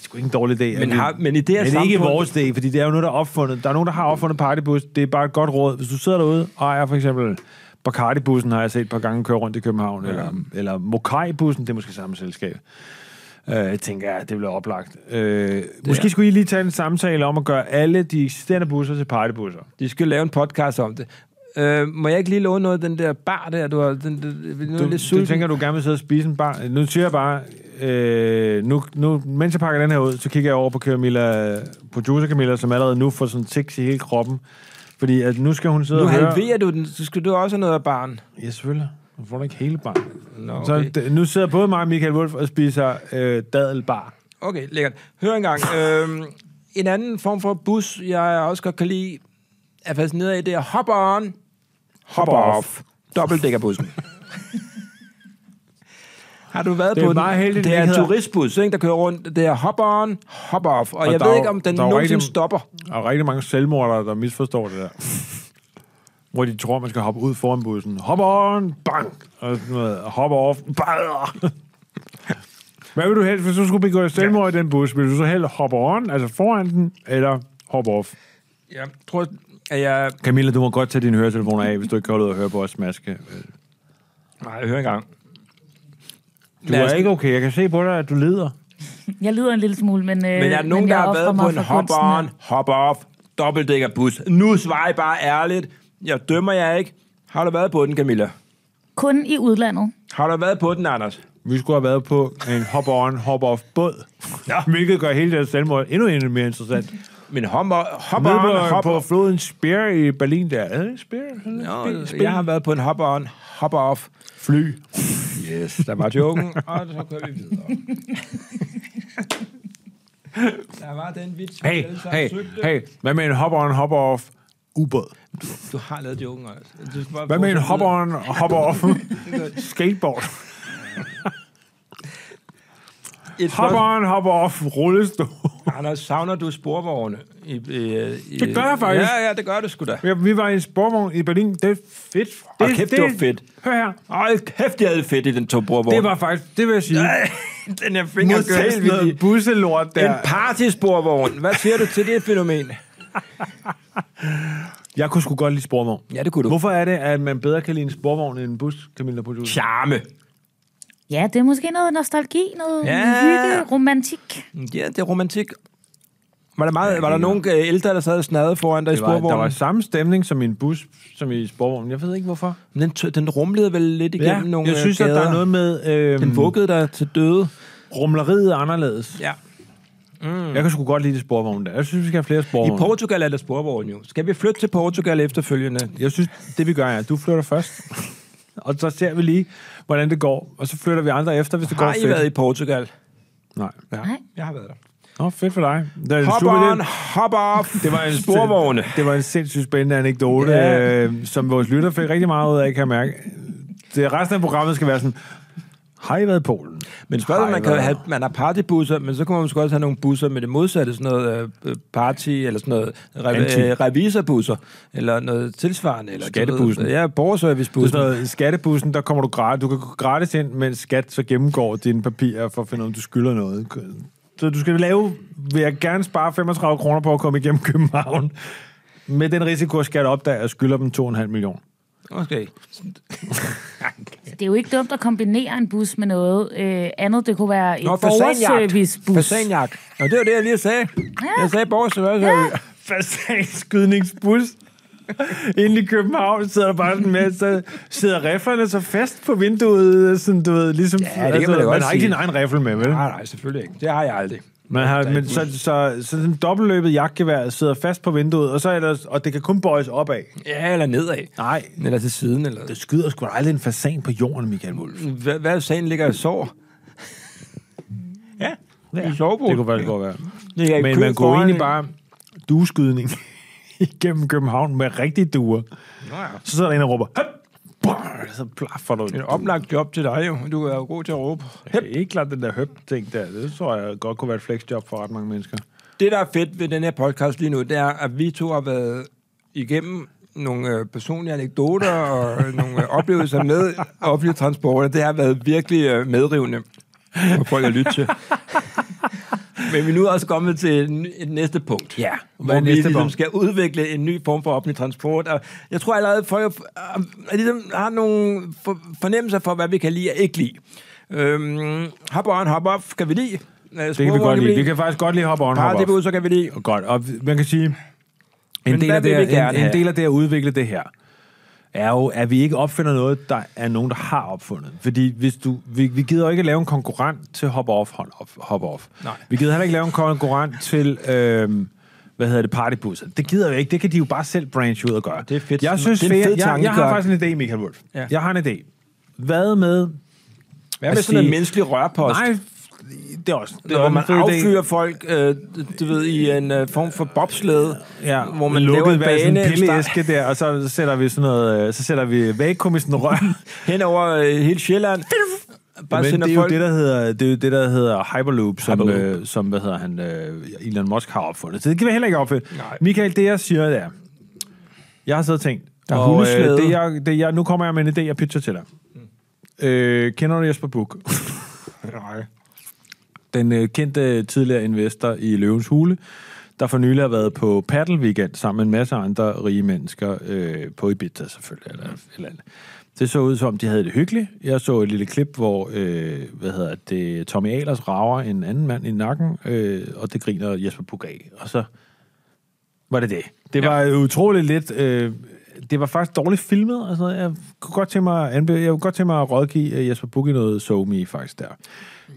[SPEAKER 2] sgu ikke en dårlig idé.
[SPEAKER 1] Men har- men i det her
[SPEAKER 2] Men det er ikke
[SPEAKER 1] samfund-
[SPEAKER 2] vores idé, fordi det er jo noget, der er opfundet. Der er nogen, der har opfundet partybus. Det er bare et godt råd. Hvis du sidder derude og ejer for eksempel Bacardi-bussen, har jeg set et par gange køre rundt i København, ja. eller, eller Mokai-bussen, det er måske samme selskab. Øh, jeg tænker, ja, det bliver oplagt. Øh, måske skulle I lige tage en samtale om at gøre alle de eksisterende busser til partybusser.
[SPEAKER 1] De skal lave en podcast om det. Øh, må jeg ikke lige låne noget af den der bar der? Du, har, den, den, den, nu er
[SPEAKER 2] Du,
[SPEAKER 1] jeg lidt
[SPEAKER 2] du
[SPEAKER 1] sulten.
[SPEAKER 2] tænker, du gerne vil sidde og spise en bar. Nu siger jeg bare, øh, nu, nu, mens jeg pakker den her ud, så kigger jeg over på Camilla, producer Camilla, som allerede nu får sådan tics i hele kroppen. Fordi at nu skal hun sidde
[SPEAKER 1] nu
[SPEAKER 2] og høre...
[SPEAKER 1] halverer du den, så skal du også have noget af baren.
[SPEAKER 2] Ja, selvfølgelig. Nu får du ikke hele barnet.
[SPEAKER 1] Nå,
[SPEAKER 2] Okay. Så d- nu sidder både mig og Michael Wolf og spiser øh, dadelbar.
[SPEAKER 1] Okay, lækkert. Hør engang. Øhm, en anden form for bus, jeg også godt kan lide, er fascineret af, det er hop on, hop off.
[SPEAKER 2] <laughs>
[SPEAKER 1] Dobbeltdækkerbussen. Har du været
[SPEAKER 2] Det er
[SPEAKER 1] på den?
[SPEAKER 2] meget
[SPEAKER 1] det
[SPEAKER 2] heldigt, den
[SPEAKER 1] er en
[SPEAKER 2] ikke hedder-
[SPEAKER 1] turistbus, ikke, der kører rundt. Det er hop on, hop off. Og, og jeg
[SPEAKER 2] der
[SPEAKER 1] ved
[SPEAKER 2] er
[SPEAKER 1] ikke,
[SPEAKER 2] jo-
[SPEAKER 1] om den
[SPEAKER 2] der er jo
[SPEAKER 1] nogensinde
[SPEAKER 2] rigtig-
[SPEAKER 1] stopper.
[SPEAKER 2] Og rigtig mange selvmordere, der misforstår det der. Hvor de tror, man skal hoppe ud foran bussen. Hop on, bang! Og sådan noget. Og Hop off, bang! Hvad vil du helst, hvis du skulle begå selvmord ja. i den bus? Vil du så hellere hoppe on, altså foran den, eller hop off?
[SPEAKER 1] Jeg tror, at jeg...
[SPEAKER 2] Camilla, du må godt tage dine høretelefoner af, hvis du ikke kan holde ud og høre på os smaske.
[SPEAKER 1] Nej, hør engang.
[SPEAKER 2] Du er ikke okay. Jeg kan se på dig, at du lider.
[SPEAKER 4] Jeg lider en lille smule, men... Øh,
[SPEAKER 1] Men er der nogen,
[SPEAKER 4] men
[SPEAKER 1] der
[SPEAKER 4] jeg
[SPEAKER 1] har været
[SPEAKER 4] ofrer
[SPEAKER 1] på
[SPEAKER 4] mig
[SPEAKER 1] en
[SPEAKER 4] for
[SPEAKER 1] hop
[SPEAKER 4] kunsten
[SPEAKER 1] on,
[SPEAKER 4] her.
[SPEAKER 1] hop off, dobbeltdækkerbus? Nu svarer jeg bare ærligt. Jeg dømmer jer ikke. Har du været på den, Camilla?
[SPEAKER 4] Kun i udlandet.
[SPEAKER 1] Har du været på den, Anders?
[SPEAKER 2] Vi skulle have været på en hop-on, hop-off-båd, ja. hvilket gør hele deres selvmord endnu, endnu mere interessant.
[SPEAKER 1] Men hopper, hopper
[SPEAKER 2] Nede
[SPEAKER 1] on,
[SPEAKER 2] på,
[SPEAKER 1] hopper...
[SPEAKER 2] på floden Spear i Berlin der. Er det ikke Spear?
[SPEAKER 1] Nå,
[SPEAKER 2] Spear?
[SPEAKER 1] jeg har været på en hopper on, hopper off.
[SPEAKER 2] Fly.
[SPEAKER 1] Yes, der var
[SPEAKER 2] <laughs>
[SPEAKER 1] joken, og så kører vi videre. <laughs> der var den vits, vi
[SPEAKER 2] Hey,
[SPEAKER 1] alle sammen
[SPEAKER 2] hey,
[SPEAKER 1] søgte.
[SPEAKER 2] hey. Hvad med en hop-on, hop-off? Ubåd.
[SPEAKER 1] Du har lavet joken også. Du skal bare
[SPEAKER 2] Hvad med en
[SPEAKER 1] fortsætte
[SPEAKER 2] hop-on,
[SPEAKER 1] <laughs>
[SPEAKER 2] hop-off? <laughs> Skateboard.
[SPEAKER 1] videre. Et spørgsmål.
[SPEAKER 2] Hop-on, hop-off,
[SPEAKER 1] <laughs>
[SPEAKER 2] rullestol.
[SPEAKER 1] Anders, savner du sporvogne? I, i, i,
[SPEAKER 2] Det gør jeg faktisk.
[SPEAKER 1] Ja, ja, det gør du sgu da.
[SPEAKER 2] Ja, vi var i en sporvogn i Berlin. Det er fedt. Det,
[SPEAKER 1] Hold kæft, det var fedt.
[SPEAKER 2] Hør her.
[SPEAKER 1] Ej, kæft, jeg havde fedt i den togbrorvogn.
[SPEAKER 2] Det var faktisk, det vil jeg sige.
[SPEAKER 1] den her
[SPEAKER 2] Modsat noget
[SPEAKER 1] fingerkørsel.
[SPEAKER 2] busselort
[SPEAKER 1] En
[SPEAKER 2] der.
[SPEAKER 1] partysporvogn. Hvad siger du til det fænomen?
[SPEAKER 2] Jeg kunne sgu godt lide sporvogn.
[SPEAKER 1] Ja, det kunne du.
[SPEAKER 2] Hvorfor er det, at man bedre kan lide en sporvogn end en bus, Camilla Pujol?
[SPEAKER 1] Charme.
[SPEAKER 4] Ja, det er måske noget nostalgi, noget
[SPEAKER 1] Ja.
[SPEAKER 4] ja. hygge, romantik.
[SPEAKER 1] Ja, det er romantik. Var der, meget, var der nogen øh, ældre, der sad og snadede foran dig i
[SPEAKER 2] Det var, der
[SPEAKER 1] sporvognen?
[SPEAKER 2] var samme stemning som i en bus, som i sporvognen. Jeg ved ikke, hvorfor.
[SPEAKER 1] Men Den, tø- den rumlede vel lidt igennem
[SPEAKER 2] Ja,
[SPEAKER 1] nogle
[SPEAKER 2] jeg
[SPEAKER 1] øh,
[SPEAKER 2] synes,
[SPEAKER 1] gader.
[SPEAKER 2] at der er noget med øh,
[SPEAKER 1] Den vuggede dig til døde.
[SPEAKER 2] rumleriet er anderledes.
[SPEAKER 1] Ja.
[SPEAKER 2] Mm. Jeg kan sgu godt lide det sporvogn der. Jeg synes, vi skal have flere
[SPEAKER 1] I
[SPEAKER 2] sporvogne.
[SPEAKER 1] Portugal er der sporvogn jo. Skal vi flytte til Portugal efterfølgende?
[SPEAKER 2] Jeg synes, det vi gør er, at du flytter
[SPEAKER 1] <laughs>
[SPEAKER 2] først. og så ser vi lige, hvordan det går. Og så flytter vi andre efter, hvis det går
[SPEAKER 1] Har I
[SPEAKER 2] fedt.
[SPEAKER 1] været i Portugal?
[SPEAKER 2] Nej. Ja.
[SPEAKER 4] Nej.
[SPEAKER 1] Jeg har været der.
[SPEAKER 2] Nå, fedt for dig. Det er en
[SPEAKER 1] Hop
[SPEAKER 2] super idé.
[SPEAKER 1] on, hop off.
[SPEAKER 2] Det var en
[SPEAKER 1] sporvogne.
[SPEAKER 2] Det var en sindssygt spændende anekdote,
[SPEAKER 1] Ja.
[SPEAKER 2] ja. øh, som vores lytter fik rigtig meget ud af, kan jeg mærke. Det, resten af programmet skal være sådan, har I været i Polen?
[SPEAKER 1] Men spørgsmålet,
[SPEAKER 2] Har I
[SPEAKER 1] man, kan
[SPEAKER 2] været-
[SPEAKER 1] have, man har partybusser, men så kunne man måske også have nogle busser med det modsatte, sådan noget øh, party, eller sådan noget
[SPEAKER 2] Anti.
[SPEAKER 1] re, øh, revisorbusser, eller noget tilsvarende. Eller
[SPEAKER 2] Skattebussen.
[SPEAKER 1] Noget, ja,
[SPEAKER 2] Det er sådan
[SPEAKER 1] borgerservicebussen.
[SPEAKER 2] noget, i skattebussen, der kommer du gratis, du kan gå gratis ind, mens skat så gennemgår dine papirer for at finde ud af, om du skylder noget. Så du skal lave, vil jeg gerne spare 35 kroner på at komme igennem København, med den risiko, at skat opdager, at skylder dem 2,5 millioner.
[SPEAKER 1] Okay.
[SPEAKER 4] Det er jo ikke dumt at kombinere en bus med noget øh, andet. Det kunne være en
[SPEAKER 1] Nå, fasanjagt.
[SPEAKER 4] borgerservicebus.
[SPEAKER 1] Fasanjagt. Og det var det, jeg lige sagde. Jeg sagde borgerservice. Ja.
[SPEAKER 2] fasanskydningsbus ind i København, sidder der bare sådan med, så sidder riflerne så fast på vinduet, sådan, du ved, ligesom...
[SPEAKER 1] kan man da godt
[SPEAKER 2] man har ikke
[SPEAKER 1] sige.
[SPEAKER 2] din egen rifle med, vel?
[SPEAKER 1] Ah, Nej, nej, selvfølgelig ikke. Det har jeg aldrig.
[SPEAKER 2] Man har, men så, så, så, så sådan dobbeltløbet jagtgevær sidder fast på vinduet, og, så er der, og det kan kun bøjes opad.
[SPEAKER 1] Ja, eller nedad.
[SPEAKER 2] Nej,
[SPEAKER 1] Eller til siden. Eller...
[SPEAKER 2] det skyder sgu da aldrig en fasan på jorden, Michael Wolf.
[SPEAKER 1] Hvad, hvad er sagen ligger og sover? ja, i
[SPEAKER 2] Det
[SPEAKER 1] sovebrug.
[SPEAKER 2] kunne faktisk godt være.
[SPEAKER 1] Det kan
[SPEAKER 2] Men
[SPEAKER 1] kø
[SPEAKER 2] man kunne
[SPEAKER 1] foran
[SPEAKER 2] egentlig
[SPEAKER 1] en-
[SPEAKER 2] bare dueskydning <laughs> igennem København med rigtige duer.
[SPEAKER 1] Nå ja.
[SPEAKER 2] Så sidder der en og råber, "Hup!" så plaffer du
[SPEAKER 1] Et oplagt job til dig jo. Du er jo god til at råbe.
[SPEAKER 2] Høp. Ikke klart den der høb-ting der. Det tror jeg godt kunne være et flexjob for ret mange mennesker.
[SPEAKER 1] Det, der er fedt ved den her podcast lige nu, det er, at vi to har været igennem nogle øh, personlige anekdoter og øh, nogle øh, oplevelser med offentlig transport, og det har været virkelig øh, medrivende for folk at lytte til. Men vi er nu også kommet til et, ny- et næste punkt. Ja,
[SPEAKER 2] hvad
[SPEAKER 1] hvor
[SPEAKER 2] er
[SPEAKER 1] vi
[SPEAKER 2] næste
[SPEAKER 1] ligesom
[SPEAKER 2] punkt?
[SPEAKER 1] skal udvikle en ny form for offentlig transport. Og jeg tror allerede, at folk øh, ligesom har nogle for, fornemmelser for, hvad vi kan lide og ikke lide. Øhm, hop on, hop off, kan vi lide? Øh, Det
[SPEAKER 2] Det kan vi godt lide. Vi kan faktisk godt lide hoppe on hop off.
[SPEAKER 1] Partybud, så kan vi lide.
[SPEAKER 2] Godt, og man kan sige, en del,
[SPEAKER 1] hvad
[SPEAKER 2] af det,
[SPEAKER 1] vil vi
[SPEAKER 2] her-
[SPEAKER 1] gerne
[SPEAKER 2] en, en
[SPEAKER 1] have?
[SPEAKER 2] del af det at udvikle det her, er jo, at vi ikke opfinder noget, der er nogen, der har opfundet. Fordi hvis du, vi, vi gider jo ikke lave en konkurrent til hop off, hop off. Hop off.
[SPEAKER 1] Nej.
[SPEAKER 2] Vi gider heller ikke lave en konkurrent til, øhm, hvad hedder det, partybusser. Det gider vi ikke. Det kan de jo bare selv branche ud og gøre.
[SPEAKER 1] Det er fedt.
[SPEAKER 2] Jeg synes,
[SPEAKER 1] Det er en fed
[SPEAKER 2] jeg, jeg, jeg har
[SPEAKER 1] tankegang.
[SPEAKER 2] faktisk en idé, Michael Wolf.
[SPEAKER 1] Ja.
[SPEAKER 2] Jeg har en idé. Hvad med
[SPEAKER 1] Hvad med
[SPEAKER 2] Altså,
[SPEAKER 1] sådan en
[SPEAKER 2] det-
[SPEAKER 1] menneskelig rørpost?
[SPEAKER 2] Nej, det er også... Det
[SPEAKER 1] hvor
[SPEAKER 2] er
[SPEAKER 1] man
[SPEAKER 2] en fed idé.
[SPEAKER 1] affyrer folk, øh, du ved, i en øh, form for bobslede,
[SPEAKER 2] Ja,
[SPEAKER 1] hvor man
[SPEAKER 2] lukket
[SPEAKER 1] laver en
[SPEAKER 2] hver sådan
[SPEAKER 1] bane
[SPEAKER 2] en
[SPEAKER 1] steg-
[SPEAKER 2] pilleæske der, og så sætter vi sådan noget, øh, så sætter vi vakuum i sådan en <laughs> rør.
[SPEAKER 1] hen over øh, hele Sjælland. Bare
[SPEAKER 2] Men
[SPEAKER 1] sender
[SPEAKER 2] det er, jo
[SPEAKER 1] folk...
[SPEAKER 2] det, der hedder, det er jo det, der hedder Hyperloop, som,
[SPEAKER 1] Hyperloop.
[SPEAKER 2] Øh, som hvad hedder han, øh, Elon Musk har opfundet. Så det kan vi heller ikke opfinde.
[SPEAKER 1] Nej.
[SPEAKER 2] Michael, det jeg siger, det er, jeg har siddet og tænkt,
[SPEAKER 1] Der er
[SPEAKER 2] og, øh,
[SPEAKER 1] hundeslæde.
[SPEAKER 2] det jeg, det jeg, nu kommer jeg med en idé, jeg pitcher til dig. Øh, kender du Jesper <laughs> Buch?
[SPEAKER 1] Nej.
[SPEAKER 2] den øh, kendte tidligere investor i Løvens Hule, der for nylig har været på paddle weekend sammen med en masse andre rige mennesker øh, på Ibiza selvfølgelig. Eller, eller andet. Det så ud som, de havde det hyggeligt. Jeg så et lille klip, hvor øh, hvad hedder det, Tommy Ahlers rager en anden mand i nakken, øh, og det griner Jesper Buch af. Og så var det det. Det var ja. utroligt lidt... Øh, det var faktisk dårligt filmet. Altså, jeg kunne godt tænke mig at, anbe- jeg kunne godt tænke mig at rådgive øh, Jesper Buch i noget SoMe faktisk der.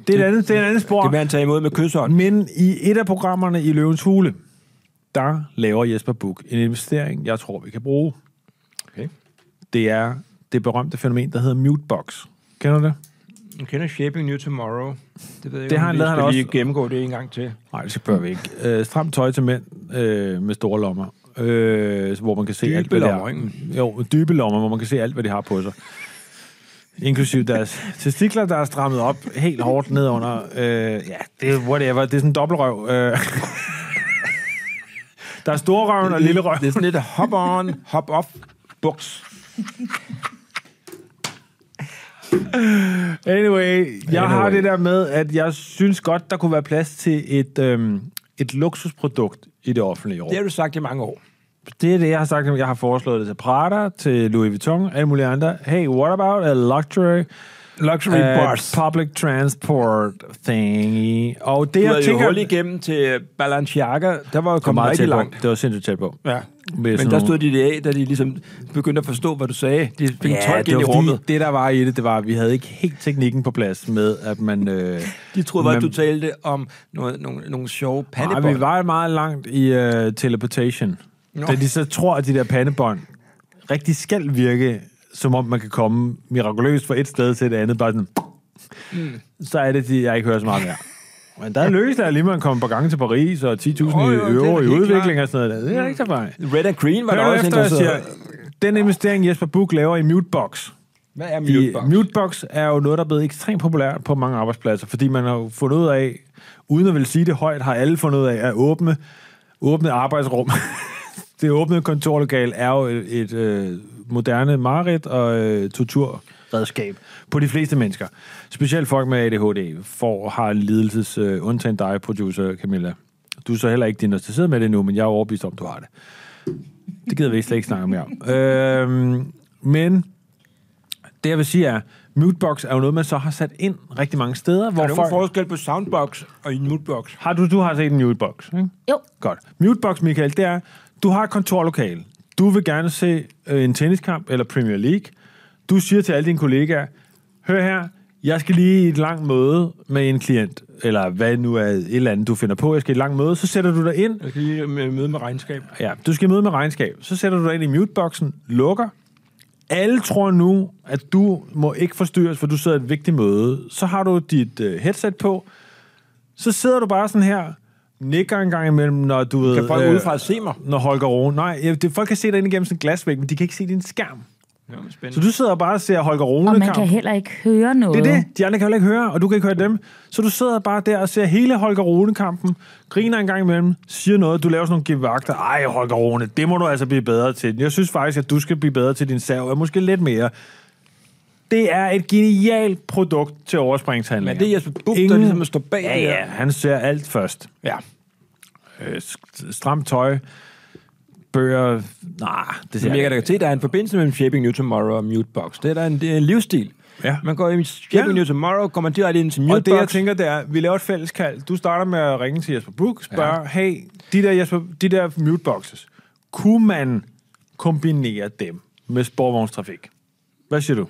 [SPEAKER 2] Det er et andet, det er et andet spor.
[SPEAKER 1] Det vil han tage imod med kysshånd.
[SPEAKER 2] Men i et af programmerne i Løvens Hule, der laver Jesper Buch en investering, jeg tror, vi kan bruge.
[SPEAKER 1] Okay.
[SPEAKER 2] Det er det berømte fænomen, der hedder mutebox. Kender du det?
[SPEAKER 1] Jeg kender Shaping New Tomorrow. Det ved jeg
[SPEAKER 2] Det
[SPEAKER 1] ikke,
[SPEAKER 2] har
[SPEAKER 1] om
[SPEAKER 2] han
[SPEAKER 1] vi
[SPEAKER 2] lavet, han
[SPEAKER 1] skal
[SPEAKER 2] også.
[SPEAKER 1] lige gennemgå det en gang til.
[SPEAKER 2] Nej, det bør vi ikke. Øh, stramt tøj til mænd øh, med store lommer. Øh, hvor man kan se
[SPEAKER 1] Dybe
[SPEAKER 2] alt, hvad de har.
[SPEAKER 1] lommer, ikke?
[SPEAKER 2] Jo, dybe lommer, hvor man kan se alt, hvad de har på sig. Inklusiv deres testikler, der er strammet op helt hårdt ned under. Øh, ja, det er whatever. Det er sådan en dobbeltrøv. Øh. Der er storrøven og lille røv.
[SPEAKER 1] Det er sådan lidt hop-on, hop-off buks.
[SPEAKER 2] Anyway, jeg har
[SPEAKER 1] Anyway.
[SPEAKER 2] det der med, at jeg synes godt, der kunne være plads til et, øhm, et luksusprodukt i det offentlige rum.
[SPEAKER 1] Det har du sagt i mange år.
[SPEAKER 2] Det er det, jeg har sagt. Jeg har foreslået det til Prada, til Louis Vuitton, alle mulige andre. Hey, what about a luxury
[SPEAKER 1] Luxury
[SPEAKER 2] uh,
[SPEAKER 1] bus.
[SPEAKER 2] public transport thingy? Og det,
[SPEAKER 1] Du
[SPEAKER 2] jeg
[SPEAKER 1] havde jo
[SPEAKER 2] tænker...
[SPEAKER 1] hul igennem til øh, Balenciaga. Der var jo
[SPEAKER 2] kom
[SPEAKER 1] kommet
[SPEAKER 2] meget
[SPEAKER 1] rigtig
[SPEAKER 2] tæt
[SPEAKER 1] langt.
[SPEAKER 2] på. Det var sindssygt tæt på.
[SPEAKER 1] Ja.
[SPEAKER 2] Med sådan
[SPEAKER 1] Men der
[SPEAKER 2] nogle-
[SPEAKER 1] stod de det af, da de ligesom begyndte at forstå, hvad du sagde. De fik ja, tolk
[SPEAKER 2] det,
[SPEAKER 1] ind i
[SPEAKER 2] var
[SPEAKER 1] rummet.
[SPEAKER 2] det, der var i det, det var, at vi havde ikke helt teknikken på plads med, at man... Øh,
[SPEAKER 1] De troede bare, at
[SPEAKER 2] man-
[SPEAKER 1] du talte om nogle, nogle, nogle sjove pandebånd.
[SPEAKER 2] Nej, vi var meget langt i øh, teleportation.
[SPEAKER 1] Nå.
[SPEAKER 2] Da de så tror, at de der pandebånd rigtig skal virke, som om man kan komme mirakuløst fra et sted til et andet, bare sådan, mm. så er det, de, jeg ikke hører så meget mere. Men der lykkedes det alligevel at komme et par gange til Paris, og 10.000
[SPEAKER 1] Jo, jo, det er
[SPEAKER 2] euro i
[SPEAKER 1] helt
[SPEAKER 2] udvikling
[SPEAKER 1] klart.
[SPEAKER 2] og sådan noget. Der. Det er ikke så meget.
[SPEAKER 1] Red and Green var der
[SPEAKER 2] Hør nu
[SPEAKER 1] også
[SPEAKER 2] efter, jeg
[SPEAKER 1] interesseret.
[SPEAKER 2] siger, den investering Jesper Buch laver i Mutebox,
[SPEAKER 1] Hvad er
[SPEAKER 2] i,
[SPEAKER 1] mutebox?
[SPEAKER 2] mutebox er jo noget, der er blevet ekstremt populært på mange arbejdspladser, fordi man har jo fundet ud af, uden at vil sige det højt, har alle fundet ud af at åbne, åbne arbejdsrum. <laughs> det åbne kontorlokale er jo et, et øh, moderne mareridt og øh, torturredskab på de fleste mennesker. Specielt folk med ADHD får, har lidelses, øh, undtagen dig, producer Camilla. Du er så heller ikke diagnostiseret med det nu, men jeg er overbevist om, du har det. Det gider vi ikke slet ikke snakke mere om. Øhm, men det, jeg vil sige, er, mutebox er jo noget, man så har sat ind rigtig mange steder, hvor
[SPEAKER 1] er der nogen
[SPEAKER 2] folk...
[SPEAKER 1] forskel på soundbox og en mutebox?
[SPEAKER 2] Har du, du har set en mutebox, ikke?
[SPEAKER 4] Jo,
[SPEAKER 2] Godt. Mutebox, Michael, det er, du har et kontorlokale. Du vil gerne se øh, en tenniskamp eller Premier League. Du siger til alle dine kollegaer, hør her, jeg skal lige i et langt møde med en klient, eller hvad nu er et eller andet, du finder på. Jeg skal i et langt møde, så sætter du dig ind,
[SPEAKER 1] Jeg skal lige med- møde med regnskab.
[SPEAKER 2] Ja, du skal i møde med regnskab. Så sætter du dig ind i muteboxen, lukker. Alle tror nu, at du må ikke forstyrres, for du sidder i et vigtigt møde. Så har du dit øh, headset på. Så sidder du bare sådan her, nikker en gang imellem, når du ved...
[SPEAKER 1] Kan folk
[SPEAKER 2] øh,
[SPEAKER 1] udefra se mig?
[SPEAKER 2] Når Holger Rune... Nej, ja, det, folk kan se dig ind igennem sådan en glasvæg, men de kan ikke se din skærm.
[SPEAKER 1] Ja,
[SPEAKER 2] Så
[SPEAKER 1] spændende.
[SPEAKER 2] du sidder bare og ser Holger Rune
[SPEAKER 4] og man kan heller ikke høre noget.
[SPEAKER 2] det er det. De andre kan jo ikke høre, og du kan ikke høre dem. Så du sidder bare der og ser hele Holger Rune-kampen, griner en gang imellem, siger noget, du laver sådan nogle gevagter. Ej, Holger Rune, det må du altså blive bedre til. Jeg synes faktisk, at du skal blive bedre til din sav, og måske lidt mere. Det er et genialt produkt til overspringshandlinger.
[SPEAKER 1] Men det er Jesper Buch, der ligesom står bag
[SPEAKER 2] ja,
[SPEAKER 1] det her.
[SPEAKER 2] ja, han ser alt først.
[SPEAKER 1] Ja.
[SPEAKER 2] Øh, st- stramt tøj, bøger, nej, det ser
[SPEAKER 1] Men
[SPEAKER 2] jeg
[SPEAKER 1] jeg kan
[SPEAKER 2] ikke.
[SPEAKER 1] da se, der er en forbindelse mellem Shaping New Tomorrow og Mutebox. Det er der en, det er en livsstil.
[SPEAKER 2] Ja.
[SPEAKER 1] Man går i Shaping
[SPEAKER 2] Ja.
[SPEAKER 1] New Tomorrow, går man direkte ind til Mutebox.
[SPEAKER 2] Og det, jeg tænker, det er, vi laver et fælles kald. Du starter med at ringe til Jesper Buch, spørger, ja. hey, de der, Jesper, de der muteboxes, kunne man kombinere dem med sporvognstrafik? Hvad siger du?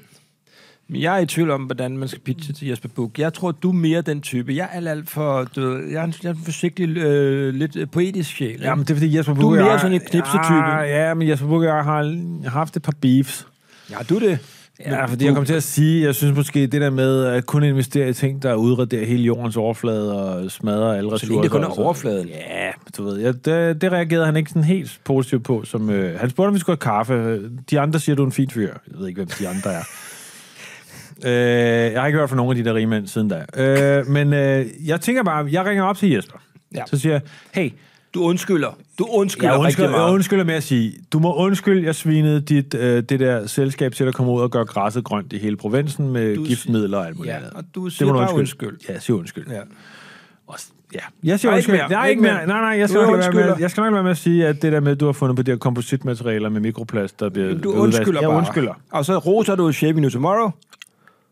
[SPEAKER 1] Men jeg er i tvivl om, hvordan man skal pitche til Jesper Buch. Jeg tror, du er mere den type. Jeg er alt, alt for... Du, ved, jeg er en, jeg er en forsigtig, øh, lidt øh, poetisk sjæl. ikke?
[SPEAKER 2] Jamen, det er fordi Jesper Buch
[SPEAKER 1] Du er
[SPEAKER 2] og
[SPEAKER 1] mere
[SPEAKER 2] jeg-
[SPEAKER 1] sådan en knipsetype.
[SPEAKER 2] Ah, ja, men Jesper Buch og jeg har haft et par beefs.
[SPEAKER 1] Ja, du er det.
[SPEAKER 2] Ja, fordi jeg kom til at sige, jeg synes måske, det der med at kun investere i ting, der udraderer hele jordens overflade og smadrer alle ressourcer.
[SPEAKER 1] det kun er
[SPEAKER 2] og så-
[SPEAKER 1] overfladen.
[SPEAKER 2] Ja, du ved, ja, det, det reagerede han ikke sådan helt positivt på. Som, øh, han spurgte, om vi skulle have kaffe. De andre siger, du er en fin fyr. Jeg ved ikke, hvem de andre
[SPEAKER 1] <laughs>
[SPEAKER 2] er. øh, jeg har ikke hørt fra nogen af de der rige mænd siden da. Øh, men øh, jeg tænker bare, jeg ringer op til Jesper.
[SPEAKER 1] Ja.
[SPEAKER 2] Så siger jeg, hey,
[SPEAKER 1] Du undskylder. Du undskylder
[SPEAKER 2] jeg
[SPEAKER 1] rigtig
[SPEAKER 2] undskylder, jeg
[SPEAKER 1] meget.
[SPEAKER 2] undskylder med at sige, du må undskylde, jeg svinede dit, øh, det der selskab til at komme ud og gøre græsset grønt i hele provinsen med
[SPEAKER 1] Du
[SPEAKER 2] du
[SPEAKER 1] si-
[SPEAKER 2] giftmidler og alt muligt
[SPEAKER 1] Ja,
[SPEAKER 2] andet.
[SPEAKER 1] og du
[SPEAKER 2] Det
[SPEAKER 1] siger
[SPEAKER 2] må
[SPEAKER 1] bare
[SPEAKER 2] Ja, jeg siger undskyld.
[SPEAKER 1] Ja.
[SPEAKER 2] Og s- ja. Jeg siger
[SPEAKER 1] Nej, ikke
[SPEAKER 2] undskyld.
[SPEAKER 1] mere.
[SPEAKER 2] Nej, ikke
[SPEAKER 1] Ikke
[SPEAKER 2] mere.
[SPEAKER 1] mere.
[SPEAKER 2] Nej, nej, jeg
[SPEAKER 1] Du
[SPEAKER 2] skal, nok lade være med,
[SPEAKER 1] undskylder.
[SPEAKER 2] at- jeg skal nok lade være med at sige, at det der med, at du har fundet på de her kompositmaterialer med mikroplast, der bliver
[SPEAKER 1] Du
[SPEAKER 2] udvasket.
[SPEAKER 1] undskylder
[SPEAKER 2] jeg
[SPEAKER 1] bare.
[SPEAKER 2] undskylder.
[SPEAKER 1] Og så roser du Shaping New Tomorrow.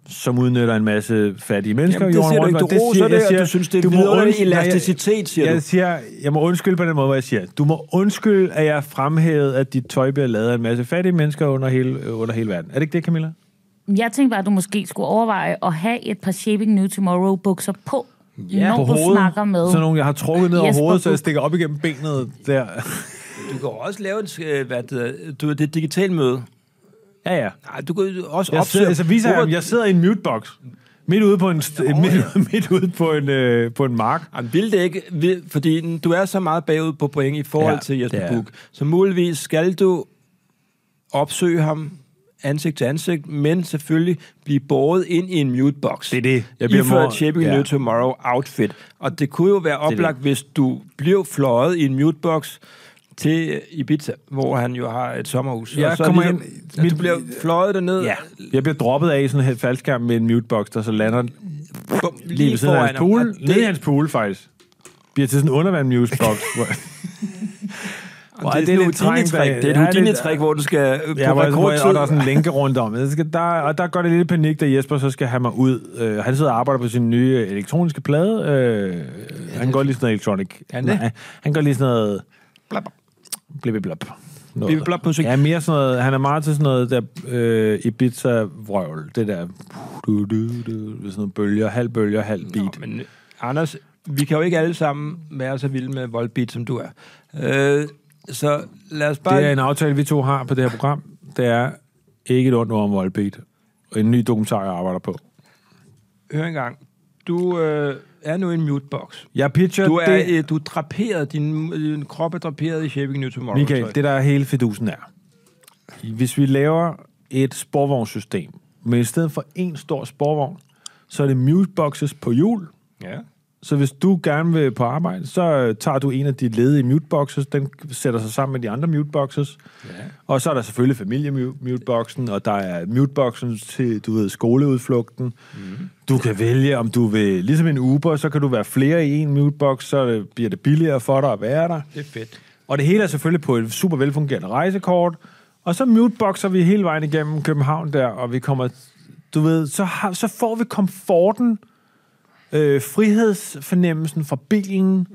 [SPEAKER 2] Som udnytter en masse fattige mennesker.
[SPEAKER 1] Jamen, det
[SPEAKER 2] jorden
[SPEAKER 1] siger du ikke.
[SPEAKER 2] rundt.
[SPEAKER 1] Du
[SPEAKER 2] Og siger-
[SPEAKER 1] roser
[SPEAKER 2] jeg
[SPEAKER 1] det, og
[SPEAKER 2] siger,
[SPEAKER 1] du synes, det er
[SPEAKER 2] må
[SPEAKER 1] vidunderlig
[SPEAKER 2] undskylde- Nej, jeg-
[SPEAKER 1] elasticitet, siger
[SPEAKER 2] jeg
[SPEAKER 1] du.
[SPEAKER 2] Siger, jeg må undskylde på den måde, hvor jeg siger. Du må undskylde, at jeg fremhævede, at dit tøj bliver lavet af en masse fattige mennesker under hele, øh, under hele verden. Er det ikke det, Camilla?
[SPEAKER 4] Jeg tænkte bare, at du måske skulle overveje at have et par Shaping New Tomorrow bukser på, når
[SPEAKER 2] på
[SPEAKER 4] du
[SPEAKER 2] hovedet.
[SPEAKER 4] snakker med.
[SPEAKER 2] Sådan nogle, jeg har trukket ned over
[SPEAKER 4] Jesper
[SPEAKER 2] hovedet, så jeg
[SPEAKER 4] Buch.
[SPEAKER 2] stikker op igennem benet der.
[SPEAKER 1] Du kan også lave et, øh, hvad det, hedder, du, ved, det er et digitalt møde.
[SPEAKER 2] ja, ja.
[SPEAKER 1] Nej, du kan jo også
[SPEAKER 2] Jeg
[SPEAKER 1] opsøge...
[SPEAKER 2] sidder, altså viser jeg,
[SPEAKER 1] Hvorfor-
[SPEAKER 2] dem, jeg sidder i en mutebox Midt ude på en, st- midt, midt ude på en, øh, på en mark.
[SPEAKER 1] Han vil det ikke, vil- fordi du er så meget bagud på point i forhold
[SPEAKER 2] Ja,
[SPEAKER 1] ja, til
[SPEAKER 2] det
[SPEAKER 1] Jesper
[SPEAKER 2] er
[SPEAKER 1] Buch. Så muligvis skal du opsøge ham ansigt til ansigt, men selvfølgelig blive båret ind i en mutebox.
[SPEAKER 2] Det er det. Jeg
[SPEAKER 1] Jeg
[SPEAKER 2] bliver
[SPEAKER 1] bliver Iført
[SPEAKER 2] båret-
[SPEAKER 1] Shipping
[SPEAKER 2] ja.
[SPEAKER 1] New Tomorrow outfit. Og det kunne jo være oplagt, hvis du blev fløjet i en mutebox til Ibiza, hvor han jo har et sommerhus.
[SPEAKER 2] Jeg
[SPEAKER 1] og så
[SPEAKER 2] kommer
[SPEAKER 1] ligesom,
[SPEAKER 2] ind-
[SPEAKER 1] at
[SPEAKER 2] mit-
[SPEAKER 1] du bliver fløjet derned,
[SPEAKER 2] Ja. Jeg bliver droppet af i sådan en faldskærm med en mutebox, der så lander
[SPEAKER 1] bum, lige,
[SPEAKER 2] lige ved siden af
[SPEAKER 1] foran
[SPEAKER 2] hans
[SPEAKER 1] ham.
[SPEAKER 2] pool.
[SPEAKER 1] Og
[SPEAKER 2] Det... Nede i hans pool, faktisk. Bliver til sådan en undervand
[SPEAKER 1] <laughs>
[SPEAKER 2] mutebox. hvor- <laughs> Hvor
[SPEAKER 1] det, er
[SPEAKER 2] lidt
[SPEAKER 1] det
[SPEAKER 2] trængt,
[SPEAKER 1] Houdini-trick.
[SPEAKER 2] da-
[SPEAKER 1] Det er et
[SPEAKER 2] Ja,
[SPEAKER 1] Houdini-trick, hvor du skal øh, på
[SPEAKER 2] Ja, hvor, jeg- hvor jeg, og der er
[SPEAKER 1] rekordtid.
[SPEAKER 2] sådan en lænke rundt om. Jeg Skal, der, og der går det lidt panik, da Jesper så skal have mig ud. Øh, han sidder og arbejder på sin nye øh, elektroniske plade. Øh, han går lige sådan noget elektronik.
[SPEAKER 1] han det?
[SPEAKER 2] Nej, han går lige sådan noget...
[SPEAKER 1] Blab, blab.
[SPEAKER 2] Blibbiblop. Noget
[SPEAKER 1] Blibbiblop musik.
[SPEAKER 2] Ja, mere sådan noget... Han er meget til sådan noget der øh, Ibiza-vrøvl. Det der... Du, du, du, sådan noget bølger, halv bølger, halv beat.
[SPEAKER 1] Nå, men øh, Anders, vi kan jo ikke alle sammen være så vilde med voldbeat, som du er. Øh, så lad os bare...
[SPEAKER 2] Det er en aftale, vi to har på det her program. Det er ikke et ondt ord om voldbeat. Og en ny dokumentar, jeg arbejder på.
[SPEAKER 1] Hør engang. Du øh, er nu i en mutebox.
[SPEAKER 2] Jeg pitcher
[SPEAKER 1] Du er,
[SPEAKER 2] det,
[SPEAKER 1] øh, du er draperet, din, din krop er draperet i Shaping New Tomorrow.
[SPEAKER 2] Michael,
[SPEAKER 1] tøj.
[SPEAKER 2] det der er hele fidusen er. Hvis vi laver et sporvognssystem, men i stedet for en stor sporvogn, så er det muteboxes på hjul.
[SPEAKER 1] Ja.
[SPEAKER 2] Så hvis du gerne vil på arbejde, så øh, tager du en af de ledige muteboxes, den sætter sig sammen med de andre muteboxes. Ja. Og så er der selvfølgelig familiemuteboxen, og der er muteboxen til, du ved, skoleudflugten. Mm. Du kan vælge, om du vil, ligesom en Uber, så kan du være flere i en mutebox, så øh, bliver det billigere for dig at være der.
[SPEAKER 1] Det er fedt.
[SPEAKER 2] Og det hele er selvfølgelig på et super velfungerende rejsekort. Og så muteboxer vi hele vejen igennem København der, og vi kommer, du ved, så, har, så får vi komforten, øh, frihedsfornemmelsen fra bilen.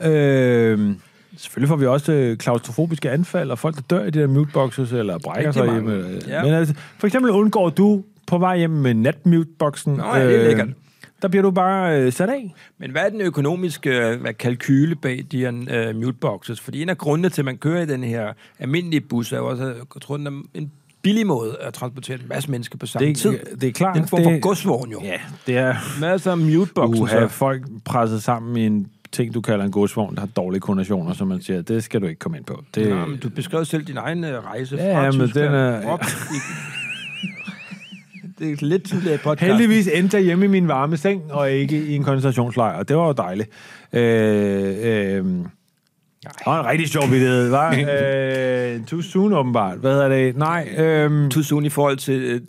[SPEAKER 2] Ja. Øh, selvfølgelig får vi også øh, klaustrofobiske anfald, og folk, der dør i de der muteboxes, eller brækker
[SPEAKER 1] Rigtig
[SPEAKER 2] sig
[SPEAKER 1] mange.
[SPEAKER 2] hjemme. Øh,
[SPEAKER 1] Ja.
[SPEAKER 2] Men altså, for eksempel undgår du på vej hjem med natmuteboxen. øh,
[SPEAKER 1] Nå ja, det er lækkert.
[SPEAKER 2] Der bliver du bare øh, sat af.
[SPEAKER 1] Men hvad er den økonomiske øh, hvad kalkyle bag de her uh, muteboxes? Fordi en af grundene til, at man kører i den her almindelige bus, er jo også, at jeg tror, den er en billig måde at transportere en masse mennesker på samme
[SPEAKER 2] Det er-
[SPEAKER 1] tid.
[SPEAKER 2] det er klart,
[SPEAKER 1] Den form for
[SPEAKER 2] det-
[SPEAKER 1] godsvogn jo.
[SPEAKER 2] Ja, det er...
[SPEAKER 1] Masser af muteboxen.
[SPEAKER 2] Uha,
[SPEAKER 1] så.
[SPEAKER 2] folk presset sammen i en ting, du kalder en godsvogn, der har dårlige konditioner, som man siger, det skal du ikke komme ind på. Det,
[SPEAKER 1] Nå, men du beskrev selv din egen øh, rejse
[SPEAKER 2] Ja,
[SPEAKER 1] fra
[SPEAKER 2] men
[SPEAKER 1] Tyskland
[SPEAKER 2] den er-
[SPEAKER 1] op i... Det er lidt tidligere i podcasten.
[SPEAKER 2] Heldigvis endte jeg hjemme i min varme seng, og ikke i en koncentrationslejr. og Det var jo dejligt. Øh, øh, det var en rigtig sjov vidighed, var?
[SPEAKER 1] <laughs>
[SPEAKER 2] øh, too soon, åbenbart. Hvad hedder det? Nej, øh,
[SPEAKER 1] Too soon i forhold til øh, øh,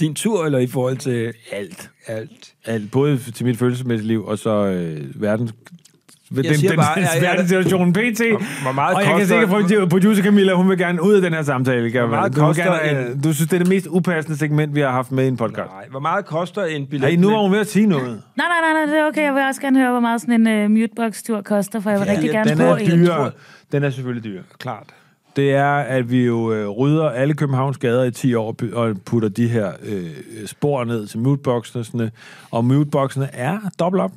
[SPEAKER 1] din tur, eller i forhold til alt? Alt.
[SPEAKER 2] alt, både til mit følelsesmæssige liv, og så øh, verdens den,
[SPEAKER 1] siger
[SPEAKER 2] den,
[SPEAKER 1] bare,
[SPEAKER 2] den
[SPEAKER 1] jeg- jeg-
[SPEAKER 2] verdenssituationen pt.
[SPEAKER 1] hvor meget
[SPEAKER 2] og jeg kan
[SPEAKER 1] koster-
[SPEAKER 2] sikkert få at producer Camilla, hun vil gerne ud af den her samtale. Kan
[SPEAKER 1] meget
[SPEAKER 2] du, vil
[SPEAKER 1] koster
[SPEAKER 2] gerne, øh,
[SPEAKER 1] en-
[SPEAKER 2] du synes, det er det mest upassende segment, vi har haft med i en podcast.
[SPEAKER 1] Nej, hvor meget koster en billet?
[SPEAKER 2] Ej, nu
[SPEAKER 1] med-
[SPEAKER 2] var hun ved at sige noget.
[SPEAKER 4] Nej, nej, nej, nej, det er okay. Jeg vil også gerne høre, hvor meget sådan en uh, mutebox-tur koster, for jeg vil ja, rigtig gerne
[SPEAKER 2] den
[SPEAKER 4] på
[SPEAKER 2] er
[SPEAKER 4] en.
[SPEAKER 2] dyr. Den er selvfølgelig dyr.
[SPEAKER 1] Klart.
[SPEAKER 2] Det er, at vi jo øh, rydder alle Københavns gader i 10 år by- og putter de her øh, spor ned til muteboxene. Og muteboxene er dobbelt op.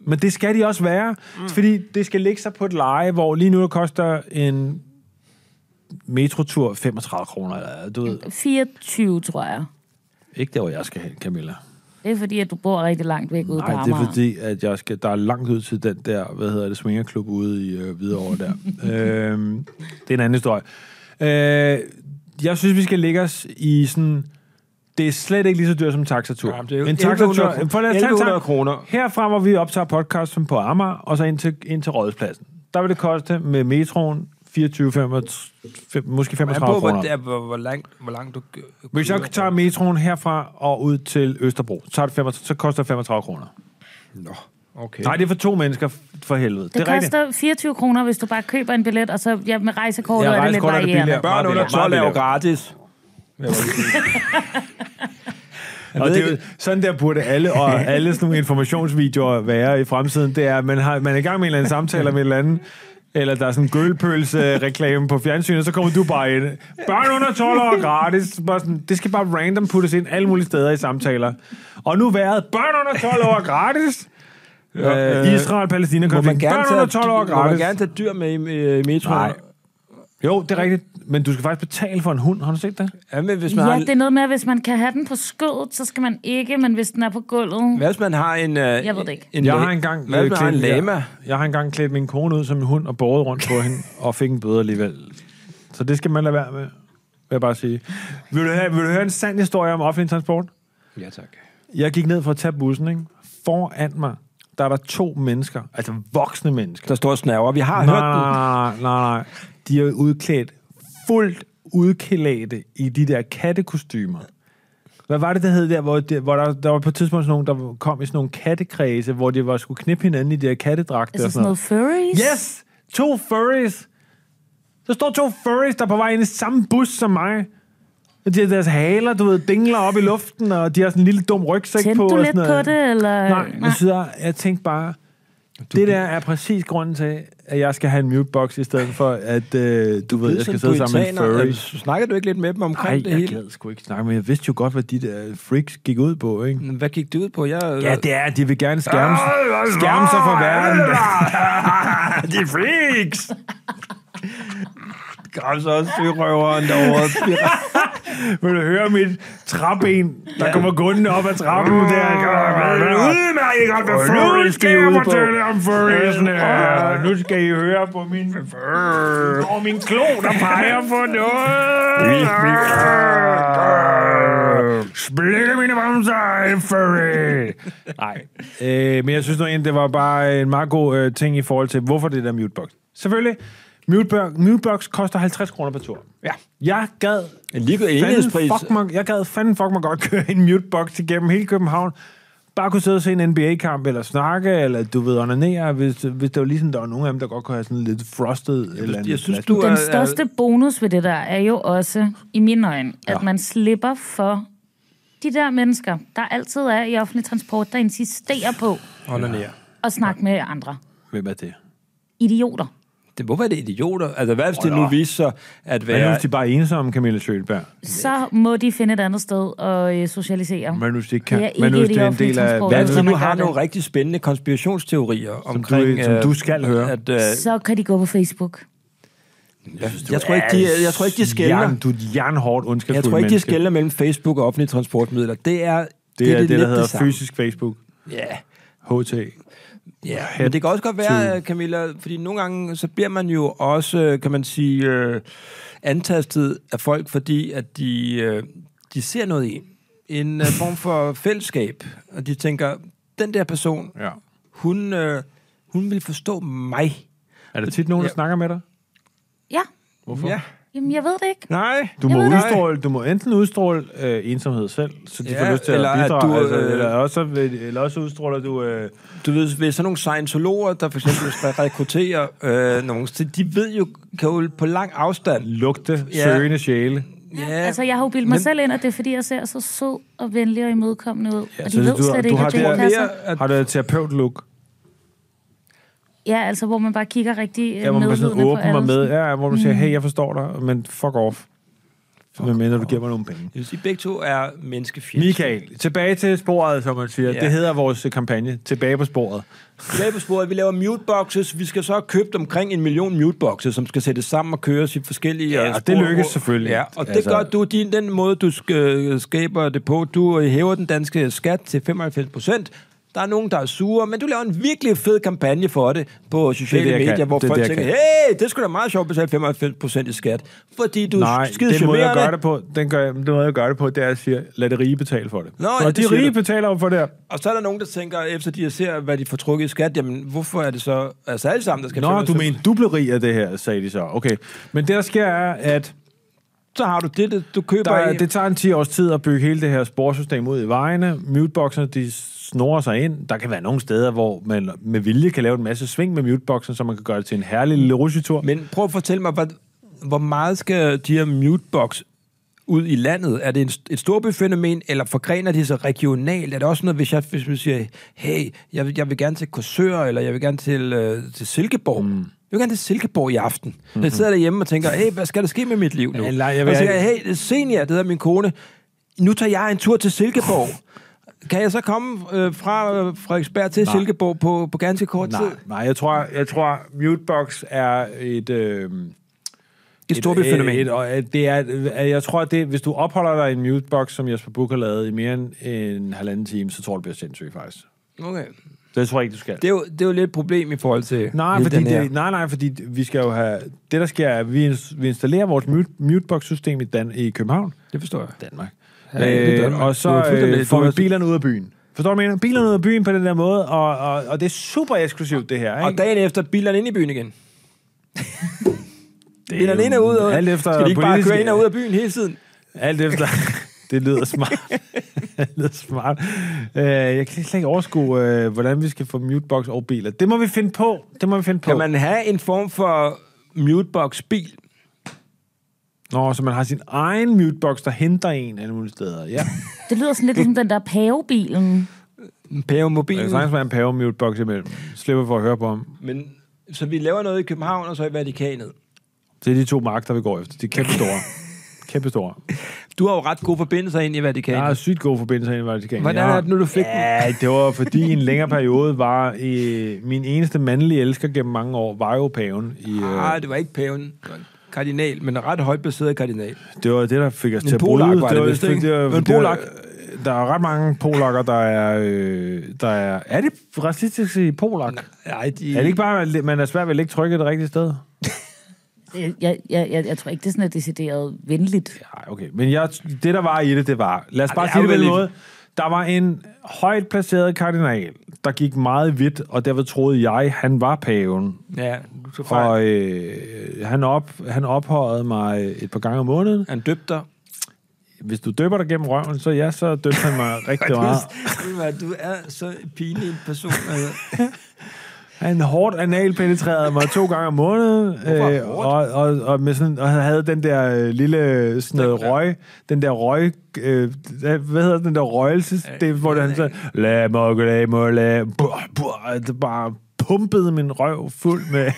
[SPEAKER 2] Men det skal de også være, mm. fordi det skal ligge sig på et leje, hvor lige nu det koster en metrotur 35 kroner. Eller, du ved,
[SPEAKER 4] 24, tror jeg.
[SPEAKER 2] ikke der, hvor jeg skal hen, Camilla.
[SPEAKER 4] Det er fordi, at du bor rigtig langt væk ude på
[SPEAKER 2] Nej, det
[SPEAKER 4] Amager.
[SPEAKER 2] er fordi, at jeg skal, der er langt ud til den der, hvad hedder det, swingerklub ude i øh, Hvidovre
[SPEAKER 1] <laughs>
[SPEAKER 2] der. øhm, det er en anden historie. Øh, jeg synes, vi skal lægge os i sådan... Det er slet ikke lige så dyrt som en taxatur.
[SPEAKER 1] Jamen, det er jo
[SPEAKER 2] en taxatur...
[SPEAKER 1] 1100
[SPEAKER 2] Prøv lige at tage en
[SPEAKER 1] 1100
[SPEAKER 2] tak-
[SPEAKER 1] kroner.
[SPEAKER 2] Herfra, hvor vi optager podcasten på Amager, og så ind til, ind til Rådhuspladsen. Der vil det koste med metroen 24, 25, måske
[SPEAKER 1] Jeg
[SPEAKER 2] 35
[SPEAKER 1] bor, hvor,
[SPEAKER 2] kroner.
[SPEAKER 1] der, hvor, hvor, langt, hvor langt du... kø-
[SPEAKER 2] Hvis jeg tager metroen herfra og ud til Østerbro, så, er det 35, så koster det 35 kroner.
[SPEAKER 1] Nå, okay.
[SPEAKER 2] Nej, det er for to mennesker, for helvede.
[SPEAKER 4] Det, det koster 24 kroner, hvis du bare køber en billet, og så ja, med rejsekortet
[SPEAKER 2] Ja,
[SPEAKER 4] er det lidt
[SPEAKER 2] rejsekortet er det billigere.
[SPEAKER 4] varierende.
[SPEAKER 1] Børn
[SPEAKER 2] Meget
[SPEAKER 1] under
[SPEAKER 2] billigere,
[SPEAKER 1] 12
[SPEAKER 2] meget
[SPEAKER 1] er jo
[SPEAKER 2] billigere.
[SPEAKER 1] gratis. Jeg var lige- Jeg
[SPEAKER 2] Og
[SPEAKER 1] ved
[SPEAKER 2] det er jo,
[SPEAKER 1] ikke-
[SPEAKER 2] sådan der burde alle
[SPEAKER 1] <laughs>
[SPEAKER 2] og alle sådan nogle informationsvideoer være i fremtiden. Det er, at man, har, man er i gang med en eller anden samtale med et eller andet, eller der er sådan en gølpølse-reklame på fjernsynet, så kommer du bare ind. Børn under 12 år gratis. Bare sådan, det skal bare random puttes ind alle mulige steder i samtaler. Og nu været børn under 12 år gratis.
[SPEAKER 1] Ja,
[SPEAKER 2] Øh,
[SPEAKER 1] øh,
[SPEAKER 2] Israel-Palæstina-konflikt.
[SPEAKER 1] Må man
[SPEAKER 2] Børn
[SPEAKER 1] gerne
[SPEAKER 2] under
[SPEAKER 1] tage,
[SPEAKER 2] 12 år
[SPEAKER 1] må man
[SPEAKER 2] gratis.
[SPEAKER 1] gerne tage dyr med i, i øh, metroen?
[SPEAKER 2] Nej. Jo, det er rigtigt, men du skal faktisk betale for en hund. Har du set det?
[SPEAKER 1] Ja, men hvis man
[SPEAKER 4] Ja,
[SPEAKER 1] har,
[SPEAKER 4] det er noget med, at hvis man kan have den på skødet, så skal man ikke, men hvis den er på gulvet...
[SPEAKER 1] Hvad hvis man har en... Uh, jeg
[SPEAKER 4] ved det ikke.
[SPEAKER 1] En,
[SPEAKER 2] Jeg har engang øh,
[SPEAKER 1] Hvad hvis man har en
[SPEAKER 2] klædt-
[SPEAKER 1] lama?
[SPEAKER 2] Jeg, jeg har engang klædt min kone ud som en hund og båret rundt
[SPEAKER 1] <laughs>
[SPEAKER 2] på hende og fik en bøde alligevel. Så det skal man lade være med, vil jeg bare sige. Vil du høre, vil du høre en sand historie om offentlig transport?
[SPEAKER 1] Ja, tak.
[SPEAKER 2] Jeg gik ned for at tage bussen, ikke? Foran mig, der er der to mennesker, altså voksne mennesker.
[SPEAKER 1] Der står snæver. Vi har hørt den.
[SPEAKER 2] Nej, nej, nej, nej. De er udklædt, fuldt udklædte i de der kattekostymer. Hvad var det, der hed der, hvor, det, hvor der, der var på et tidspunkt sådan nogen, der kom i sådan nogle kattekredse, hvor de var skulle knippe hinanden i de der kattedragter
[SPEAKER 4] Altså
[SPEAKER 2] og
[SPEAKER 4] sådan noget furries?
[SPEAKER 2] Yes! To furries. Der står to furries, der er på vej ind i samme bus som mig. Og de har deres haler, du ved, dingler op i luften, og de har sådan en lille dum rygsæk
[SPEAKER 4] Tændte
[SPEAKER 2] på.
[SPEAKER 4] du
[SPEAKER 2] og
[SPEAKER 4] lidt
[SPEAKER 2] sådan noget.
[SPEAKER 4] på det,
[SPEAKER 2] Nej,
[SPEAKER 4] eller- Nej.
[SPEAKER 2] jeg, sidder, jeg tænkte bare, det der er præcis grunden til, at jeg skal have en mutebox, i stedet for, at øh, du ved, jeg skal sidde sammen med en furry.
[SPEAKER 1] Snakker du ikke lidt med dem omkring
[SPEAKER 2] Nej,
[SPEAKER 1] det
[SPEAKER 2] jeg
[SPEAKER 1] hele?
[SPEAKER 2] gad sgu ikke snakke, men jeg vidste jo godt, hvad de der freaks gik ud på, ikke?
[SPEAKER 1] Hvad gik det ud på? Jeg,
[SPEAKER 2] Ja, det er, at de vil gerne skærme, skærme sig fra verden. <laughs>
[SPEAKER 1] de er freaks! Kom så også sørøveren <laughs> derovre.
[SPEAKER 2] Vil du høre mit træben, der ja. kommer gående op ad trappen
[SPEAKER 1] Mm.
[SPEAKER 2] der?
[SPEAKER 1] udmærket godt, hvad
[SPEAKER 2] Nu skal jeg
[SPEAKER 1] ude på.
[SPEAKER 2] fortælle om furriesene. Nu skal I høre på min... Og min klo, der peger på noget. Splitte mine bamser, en furry. Nej, øh, men jeg synes nu egentlig, det var bare en meget god øh, ting i forhold til, hvorfor det der mutebox. Selvfølgelig, mutebox, mutebox koster 50 kroner per tur.
[SPEAKER 1] Ja.
[SPEAKER 2] Jeg gad
[SPEAKER 1] En lige
[SPEAKER 2] Fanden
[SPEAKER 1] enhedspris.
[SPEAKER 2] fuck mig, jeg gad fanden fuck mig godt køre en mutebox igennem hele København. Bare kunne sidde og se en NBA-kamp, eller snakke, eller du ved, onanere, hvis, hvis der var ligesom, der var nogen af dem, der godt kunne have sådan lidt frosted. Jeg, eller andet
[SPEAKER 1] Jeg synes,
[SPEAKER 2] plads.
[SPEAKER 1] du er...
[SPEAKER 4] Den største bonus ved det der er jo også, i mine øjne, at
[SPEAKER 2] Ja.
[SPEAKER 4] man slipper for de der mennesker, der altid er i offentlig transport, der insisterer på
[SPEAKER 1] Hånden her.
[SPEAKER 4] at snakke med andre.
[SPEAKER 2] Hvem er det?
[SPEAKER 4] Idioter.
[SPEAKER 1] Det, hvorfor er det idioter? Altså, hvad hvis det
[SPEAKER 2] Hold
[SPEAKER 1] nu
[SPEAKER 2] op.
[SPEAKER 1] viser sig at
[SPEAKER 2] Men nu
[SPEAKER 1] være...
[SPEAKER 2] er de bare ensomme, Camilla Sjølberg.
[SPEAKER 4] Så må de finde et andet sted at øh, socialisere.
[SPEAKER 2] Men hvis de ikke kan.
[SPEAKER 4] Det er
[SPEAKER 2] Men
[SPEAKER 4] ikke
[SPEAKER 2] hvis
[SPEAKER 4] i
[SPEAKER 2] det er en
[SPEAKER 4] offentlige
[SPEAKER 2] del af-
[SPEAKER 4] transport,
[SPEAKER 1] Hvad
[SPEAKER 2] Hvad
[SPEAKER 1] hvis
[SPEAKER 4] når
[SPEAKER 1] du nu
[SPEAKER 4] man gør
[SPEAKER 1] har
[SPEAKER 4] det.
[SPEAKER 1] nogle rigtig spændende konspirationsteorier omkring...
[SPEAKER 2] som
[SPEAKER 1] øh,
[SPEAKER 2] du skal høre.
[SPEAKER 1] At, øh,
[SPEAKER 4] Så kan de gå på Facebook.
[SPEAKER 1] jeg, jeg, tror ikke, de, jeg tror ikke, de skældner.
[SPEAKER 2] Jern, du er et jernhårdt
[SPEAKER 1] Jeg
[SPEAKER 2] ondskabsfuldt
[SPEAKER 1] tror ikke, de
[SPEAKER 2] menneske.
[SPEAKER 1] skældner mellem Facebook og offentlige transportmidler. Det er
[SPEAKER 2] Det er det,
[SPEAKER 1] lidt
[SPEAKER 2] der hedder
[SPEAKER 1] samme.
[SPEAKER 2] fysisk Facebook.
[SPEAKER 1] Ja,
[SPEAKER 2] HT.
[SPEAKER 1] ja. Men det kan også godt være, Camilla, fordi nogle gange, så bliver man jo også, øh, kan man sige, øh, antastet af folk, fordi at de, øh, de ser noget i en. En øh, form for fællesskab. Og de tænker, den der person,
[SPEAKER 2] Ja.
[SPEAKER 1] hun, øh, hun vil forstå mig.
[SPEAKER 2] Er der tit nogen, der
[SPEAKER 1] Ja.
[SPEAKER 2] snakker med dig?
[SPEAKER 4] Ja,
[SPEAKER 2] Hvorfor?
[SPEAKER 1] Ja.
[SPEAKER 4] jamen jeg ved det ikke.
[SPEAKER 1] Nej.
[SPEAKER 2] Du må,
[SPEAKER 4] Jeg ved det
[SPEAKER 2] udstråle, du må enten udstråle øh, ensomhed selv, så de ja,
[SPEAKER 1] Ja,
[SPEAKER 2] får lyst til at
[SPEAKER 1] eller at
[SPEAKER 2] bidrage,
[SPEAKER 1] du,
[SPEAKER 2] du, altså,
[SPEAKER 1] øh,
[SPEAKER 2] eller, også, eller også udstråler du... Øh,
[SPEAKER 1] Du ved, ved sådan nogle scientologer, der for eksempel skal rekruttere øh, nogen, så de ved jo, kan jo på lang afstand
[SPEAKER 2] lugte,
[SPEAKER 1] Ja.
[SPEAKER 2] ja. søgende sjæle.
[SPEAKER 1] Ja,
[SPEAKER 4] Altså, jeg har jo bildt mig
[SPEAKER 1] Men-
[SPEAKER 4] Men... selv ind, at det er, fordi jeg ser så sød og venlig og imødekommende ud. Ja, og de
[SPEAKER 2] så
[SPEAKER 4] ved
[SPEAKER 2] Altså, du-
[SPEAKER 4] slet
[SPEAKER 2] du
[SPEAKER 4] ikke,
[SPEAKER 2] har
[SPEAKER 4] at
[SPEAKER 2] det
[SPEAKER 4] det
[SPEAKER 2] her
[SPEAKER 4] passer.
[SPEAKER 1] mere- At-
[SPEAKER 2] Har du et terapeut-look?
[SPEAKER 4] Ja, altså, hvor man bare kigger rigtig
[SPEAKER 2] Ja,
[SPEAKER 4] ja,
[SPEAKER 2] hvor man sådan
[SPEAKER 4] nedlidende på
[SPEAKER 2] åben
[SPEAKER 4] alle.
[SPEAKER 2] mig med, ja, hvor du siger,
[SPEAKER 1] Mm.
[SPEAKER 2] hey, jeg forstår dig, men fuck off. Men mindre du giver mig nogle penge.
[SPEAKER 1] Jeg vil sige, begge to er menneskefjendske.
[SPEAKER 2] Michael, tilbage til sporet, som man siger.
[SPEAKER 1] Ja.
[SPEAKER 2] Ja. Det hedder vores øh, kampagne, Tilbage på sporet.
[SPEAKER 1] Tilbage på sporet, vi laver muteboxes. Vi skal så have købt omkring en million muteboxes, som skal sættes sammen og køres i forskellige... øh,
[SPEAKER 2] Ja, og
[SPEAKER 1] spor.
[SPEAKER 2] det lykkes selvfølgelig.
[SPEAKER 1] Ja, og det
[SPEAKER 2] Altså-
[SPEAKER 1] gør du, din, den måde, du sk- øh, skaber det på. Du øh, hæver den danske skat til 95 procent. Der er nogen, der er sure, men du laver en virkelig fed kampagne for det på sociale
[SPEAKER 2] Det er det, jeg
[SPEAKER 1] medier,
[SPEAKER 2] kan.
[SPEAKER 1] hvor
[SPEAKER 2] Det er
[SPEAKER 1] folk
[SPEAKER 2] det, jeg
[SPEAKER 1] tænker,
[SPEAKER 2] kan.
[SPEAKER 1] hey, det skulle da meget sjovt at betale 95 procent i skat, fordi du
[SPEAKER 2] Nej,
[SPEAKER 1] er skide
[SPEAKER 2] den måde, jeg gør
[SPEAKER 1] charmerende."
[SPEAKER 2] det på, den, gør, jeg- den måde, jeg gør det på, det er, at jeg siger, lad det rige betale for det.
[SPEAKER 1] Nå, ja,
[SPEAKER 2] og
[SPEAKER 1] det
[SPEAKER 2] de
[SPEAKER 1] siger
[SPEAKER 2] rige
[SPEAKER 1] du.
[SPEAKER 2] betaler jo for det her.
[SPEAKER 1] Og så er der nogen, der tænker, efter de ser, hvad de får trukket i skat, jamen, hvorfor er det så altså alle sammen, der skal
[SPEAKER 2] Nå, du
[SPEAKER 1] 95%?
[SPEAKER 2] mener, du blev rig af det her, sagde de så. Okay. Men det, der sker, er, at
[SPEAKER 1] så har du det, det du køber
[SPEAKER 2] der, er-
[SPEAKER 1] af.
[SPEAKER 2] det tager en 10 års tid at bygge hele det her sporsystem ud i vejene. Muteboxerne, de snorer sig ind. Der kan være nogle steder, hvor man med vilje kan lave en masse sving med muteboxen, så man kan gøre det til en herlig lille rusjetur.
[SPEAKER 1] Men prøv at fortælle mig, hvor, hvor meget skal de her mutebox ud i landet? Er det en, et storbyfænomen, eller forgrener de sig regionalt? Er det også noget, hvis jeg hvis man siger, hey, jeg, vil- jeg vil gerne til Korsør, eller jeg vil gerne til, øh, til Silkeborg. Mm. Jeg vil gerne til Silkeborg i aften. Mm-hmm. Jeg sidder derhjemme og tænker, hey, hvad skal der ske med mit liv nu?
[SPEAKER 2] Eller jeg
[SPEAKER 1] og
[SPEAKER 2] vil-
[SPEAKER 1] så tænker jeg, hey, senior, det hedder min kone, nu tager jeg en tur til Silkeborg. Kan jeg så komme øh, fra øh, Frederiksberg til Nej. Silkeborg på, på ganske kort tid?
[SPEAKER 2] Nej, nej jeg, tror, jeg tror, mutebox er øhm, et... Øh,
[SPEAKER 1] Et storbyfænomen.
[SPEAKER 2] Et, et, et, det er, at jeg tror, at det, hvis du opholder dig i en mutebox, som Jesper Buch har lavet i mere end en halvanden time, så tror du, du bliver sindssyg, faktisk.
[SPEAKER 1] Okay.
[SPEAKER 2] Så det tror jeg ikke, du skal.
[SPEAKER 1] Det er, jo, det er jo lidt et problem i forhold til
[SPEAKER 2] Nej,
[SPEAKER 1] lidt
[SPEAKER 2] fordi
[SPEAKER 1] den her.
[SPEAKER 2] det, nej, nej, fordi vi skal jo have... Det, der sker, er, at vi, ins- vi installerer vores mute, mutebox-system i, Dan, i København.
[SPEAKER 1] det forstår jeg.
[SPEAKER 2] Danmark.
[SPEAKER 1] Ja, det er Danmark.
[SPEAKER 2] Øh,
[SPEAKER 1] Det
[SPEAKER 2] og
[SPEAKER 1] er
[SPEAKER 2] så
[SPEAKER 1] fuldstændig-
[SPEAKER 2] øh, får
[SPEAKER 1] du
[SPEAKER 2] vi
[SPEAKER 1] har-
[SPEAKER 2] bilerne ud af byen. Forstår du, hvad jeg mener? Bilerne ud af byen på den der måde, og, og, og det er super eksklusivt, det her. Ikke?
[SPEAKER 1] Og dagen efter bilerne ind i byen igen. bilerne
[SPEAKER 2] jo
[SPEAKER 1] ind og ud. Og
[SPEAKER 2] alt efter
[SPEAKER 1] skal de ikke bare
[SPEAKER 2] politiske-
[SPEAKER 1] køre ind og ud af byen hele tiden?
[SPEAKER 2] Alt efter... det lyder
[SPEAKER 1] <laughs>
[SPEAKER 2] smart. det lyder smart. Øh, jeg kan slet ikke overskue, øh, hvordan vi skal få mutebox og biler. Det må vi finde på. Det må vi finde på.
[SPEAKER 1] Kan man have en form for mutebox-bil?
[SPEAKER 2] Nå, så man har sin egen mutebox, der henter en alle mulige steder. Ja.
[SPEAKER 4] Det lyder sådan lidt ligesom den der pavebilen.
[SPEAKER 1] En
[SPEAKER 2] Man kan
[SPEAKER 1] pavemobil?
[SPEAKER 2] sagtens være en pave mutebox imellem. Slipper for at høre på ham.
[SPEAKER 1] Men, så vi laver noget i København, og så i Vatikanet.
[SPEAKER 2] Det er de to magter, vi går efter. De er kæmpe store. kæmpe
[SPEAKER 1] <laughs>
[SPEAKER 2] store.
[SPEAKER 1] Du har jo ret gode forbindelser ind i
[SPEAKER 2] Jeg har
[SPEAKER 1] Vatikanet.
[SPEAKER 2] sygt gode forbindelser ind i Vatikanet.
[SPEAKER 1] Hvordan
[SPEAKER 2] Jeg
[SPEAKER 1] er det nu, du fik den?
[SPEAKER 2] Ja, det var fordi i en længere periode var øh, min eneste mandlige elsker gennem mange år, var jo paven. I, øh,
[SPEAKER 1] Ah, det var ikke paven. Det var en kardinal, men en ret højt baseret kardinal.
[SPEAKER 2] Det var det, der fik os
[SPEAKER 1] En
[SPEAKER 2] til at
[SPEAKER 1] polak
[SPEAKER 2] bryde.
[SPEAKER 1] var det
[SPEAKER 2] var,
[SPEAKER 1] vist, ikke?
[SPEAKER 2] var,
[SPEAKER 1] En
[SPEAKER 2] det var-
[SPEAKER 1] polak.
[SPEAKER 2] Der er ret mange polakker, der er... Øh, der er, er det racistisk i polak?
[SPEAKER 1] Nej, de...
[SPEAKER 2] Er det ikke bare, at man er svært ved at lægge trykket det rigtige sted?
[SPEAKER 4] Jeg, jeg, jeg, jeg tror ikke, det er sådan et decideret venligt.
[SPEAKER 2] Nej, okay. Men jeg, det, der var i det, det var... Lad os
[SPEAKER 1] Ej,
[SPEAKER 2] bare
[SPEAKER 1] det er
[SPEAKER 2] sige det på
[SPEAKER 1] vel
[SPEAKER 2] den
[SPEAKER 1] lidt-
[SPEAKER 2] måde. Der var en højt placeret kardinal, der gik meget hvidt, og derved troede jeg, han var paven.
[SPEAKER 1] Ja, du tog fejl.
[SPEAKER 2] Og øh, han, op, han ophøjede mig et par gange om måneden.
[SPEAKER 1] Han døbte dig.
[SPEAKER 2] Hvis du døber dig gennem røven, så ja, så døbte han
[SPEAKER 1] <laughs>
[SPEAKER 2] mig rigtig
[SPEAKER 1] Du,
[SPEAKER 2] meget.
[SPEAKER 1] er- du er så pinlig en person. Altså.
[SPEAKER 2] Han hårdt analpenetrerede mig to gange om måneden, øh, og,
[SPEAKER 1] hårdt?
[SPEAKER 2] og, og, med sådan, og han havde den der øh, lille øh, sådan noget røg, den der røg, øh, hvad hedder den der røgelse, det, hvor han så, la mo, la mo, la, bur, bur, og det bare pumpede min røv fuld
[SPEAKER 1] <laughs>
[SPEAKER 2] med,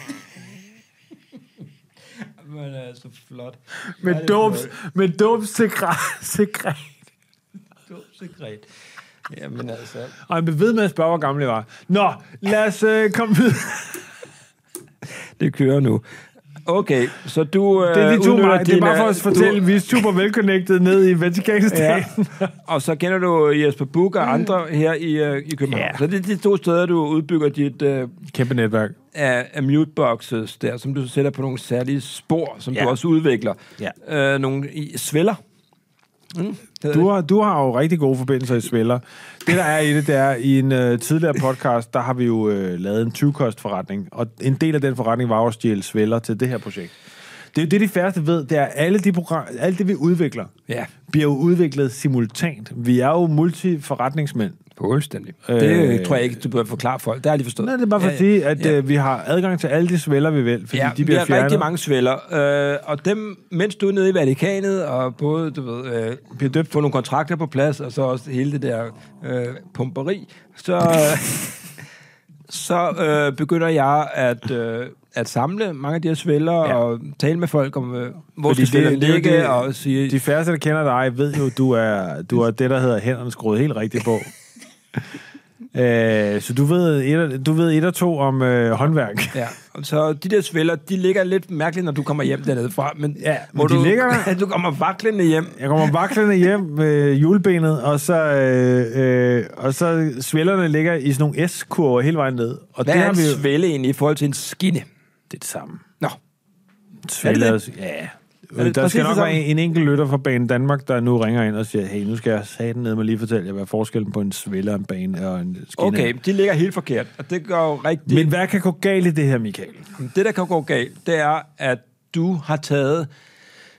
[SPEAKER 1] Men er så flot.
[SPEAKER 2] med dubs, med dubs <laughs> sekret.
[SPEAKER 1] Dåbsekret. Jamen altså.
[SPEAKER 2] Og han blev ved med at spørge, hvor gammel jeg var. Nå, lad os øh,
[SPEAKER 1] <laughs>
[SPEAKER 2] komme videre.
[SPEAKER 1] Det kører nu. Okay, så du... Øh,
[SPEAKER 2] Det er de to
[SPEAKER 1] udnytter
[SPEAKER 2] mig. Det er
[SPEAKER 1] din,
[SPEAKER 2] bare for
[SPEAKER 1] øh,
[SPEAKER 2] at fortælle, vi er super velconnected ned i <laughs>
[SPEAKER 1] Ja.
[SPEAKER 2] Vatikanstaten.
[SPEAKER 1] Og så kender du Jesper Buch og andre her i, øh, i København.
[SPEAKER 2] Mm. Ja.
[SPEAKER 1] Så det er de to steder, du udbygger dit øh,
[SPEAKER 2] Kæmpe netværk.
[SPEAKER 1] af, af muteboxes der, som du sætter på nogle særlige spor, som
[SPEAKER 2] Ja.
[SPEAKER 1] du også udvikler.
[SPEAKER 2] Ja.
[SPEAKER 1] Øh, nogle i, sveller. Mm, det
[SPEAKER 2] Du har, du har jo rigtig gode forbindelser i Sveller. Det, der er i det, det er, i en øh, tidligere podcast, der har vi jo øh, lavet en 20-kost forretning, og en del af den forretning var jo at stjæle Sveller til det her projekt. Det er jo det, de færreste ved, det er, at alle de program, alt det, vi udvikler,
[SPEAKER 1] Ja.
[SPEAKER 2] bliver jo udviklet simultant. Vi er jo multiforretningsmænd.
[SPEAKER 1] Fuldstændig.
[SPEAKER 2] Øh,
[SPEAKER 1] det tror jeg ikke, du bør forklare folk. Det har jeg lige forstået.
[SPEAKER 2] Nej, det er bare for at sige, at øh, vi har adgang til alle de sveller, vi vil, fordi
[SPEAKER 1] Ja,
[SPEAKER 2] de
[SPEAKER 1] vi
[SPEAKER 2] bliver
[SPEAKER 1] har rigtig
[SPEAKER 2] fjernet.
[SPEAKER 1] mange sveller, øh, og dem, mens du er nede i Vatikanet, og både, du ved, øh, bliver døbt for nogle kontrakter på plads, og så også hele det der øh, pumperi, så,
[SPEAKER 2] <laughs>
[SPEAKER 1] øh, så øh, begynder jeg at, øh, at samle mange af de her sveller, ja. og tale med folk om, øh, hvor
[SPEAKER 2] Fordi
[SPEAKER 1] de sveller
[SPEAKER 2] det- det er jo
[SPEAKER 1] ligge,
[SPEAKER 2] det-
[SPEAKER 1] og sige,
[SPEAKER 2] De færreste, der kender dig, ved jo, du er, du er det, der hedder hænderne skruet helt rigtigt
[SPEAKER 1] <laughs>
[SPEAKER 2] på. Øh, så du ved, et, og- du ved et og to om øh, håndværk.
[SPEAKER 1] Ja, og så de der sveller, de ligger lidt mærkeligt, når du kommer hjem dernede fra, men,
[SPEAKER 2] Ja,
[SPEAKER 1] hvor
[SPEAKER 2] men de
[SPEAKER 1] du,
[SPEAKER 2] ligger der.
[SPEAKER 1] <laughs> du kommer vaklende hjem,
[SPEAKER 2] Jeg kommer vaklende hjem med julebenet, og så, øh, øh, og så svellerne ligger i sådan nogle S-kurver hele vejen ned. Og
[SPEAKER 1] Hvad
[SPEAKER 2] det
[SPEAKER 1] er
[SPEAKER 2] har
[SPEAKER 1] en
[SPEAKER 2] vi jo...
[SPEAKER 1] svælde egentlig i forhold til en skinne?
[SPEAKER 2] Det er det samme.
[SPEAKER 1] Nå,
[SPEAKER 2] Sveller,
[SPEAKER 1] Er
[SPEAKER 2] det? ja.
[SPEAKER 1] Er det
[SPEAKER 2] der
[SPEAKER 1] præcis
[SPEAKER 2] skal
[SPEAKER 1] det
[SPEAKER 2] nok være
[SPEAKER 1] samme?
[SPEAKER 2] en, en enkelt lytter fra Banen Danmark, der nu ringer ind og siger, hey, nu skal jeg satan ned med lige fortælle jer, hvad forskellen på en sveller, en bane og en skinne er."
[SPEAKER 1] okay, de ligger helt forkert, og det gør jo rigtig...
[SPEAKER 2] Men hvad kan gå galt i det her, Michael?
[SPEAKER 1] Men det, der kan gå galt, det er, at du har taget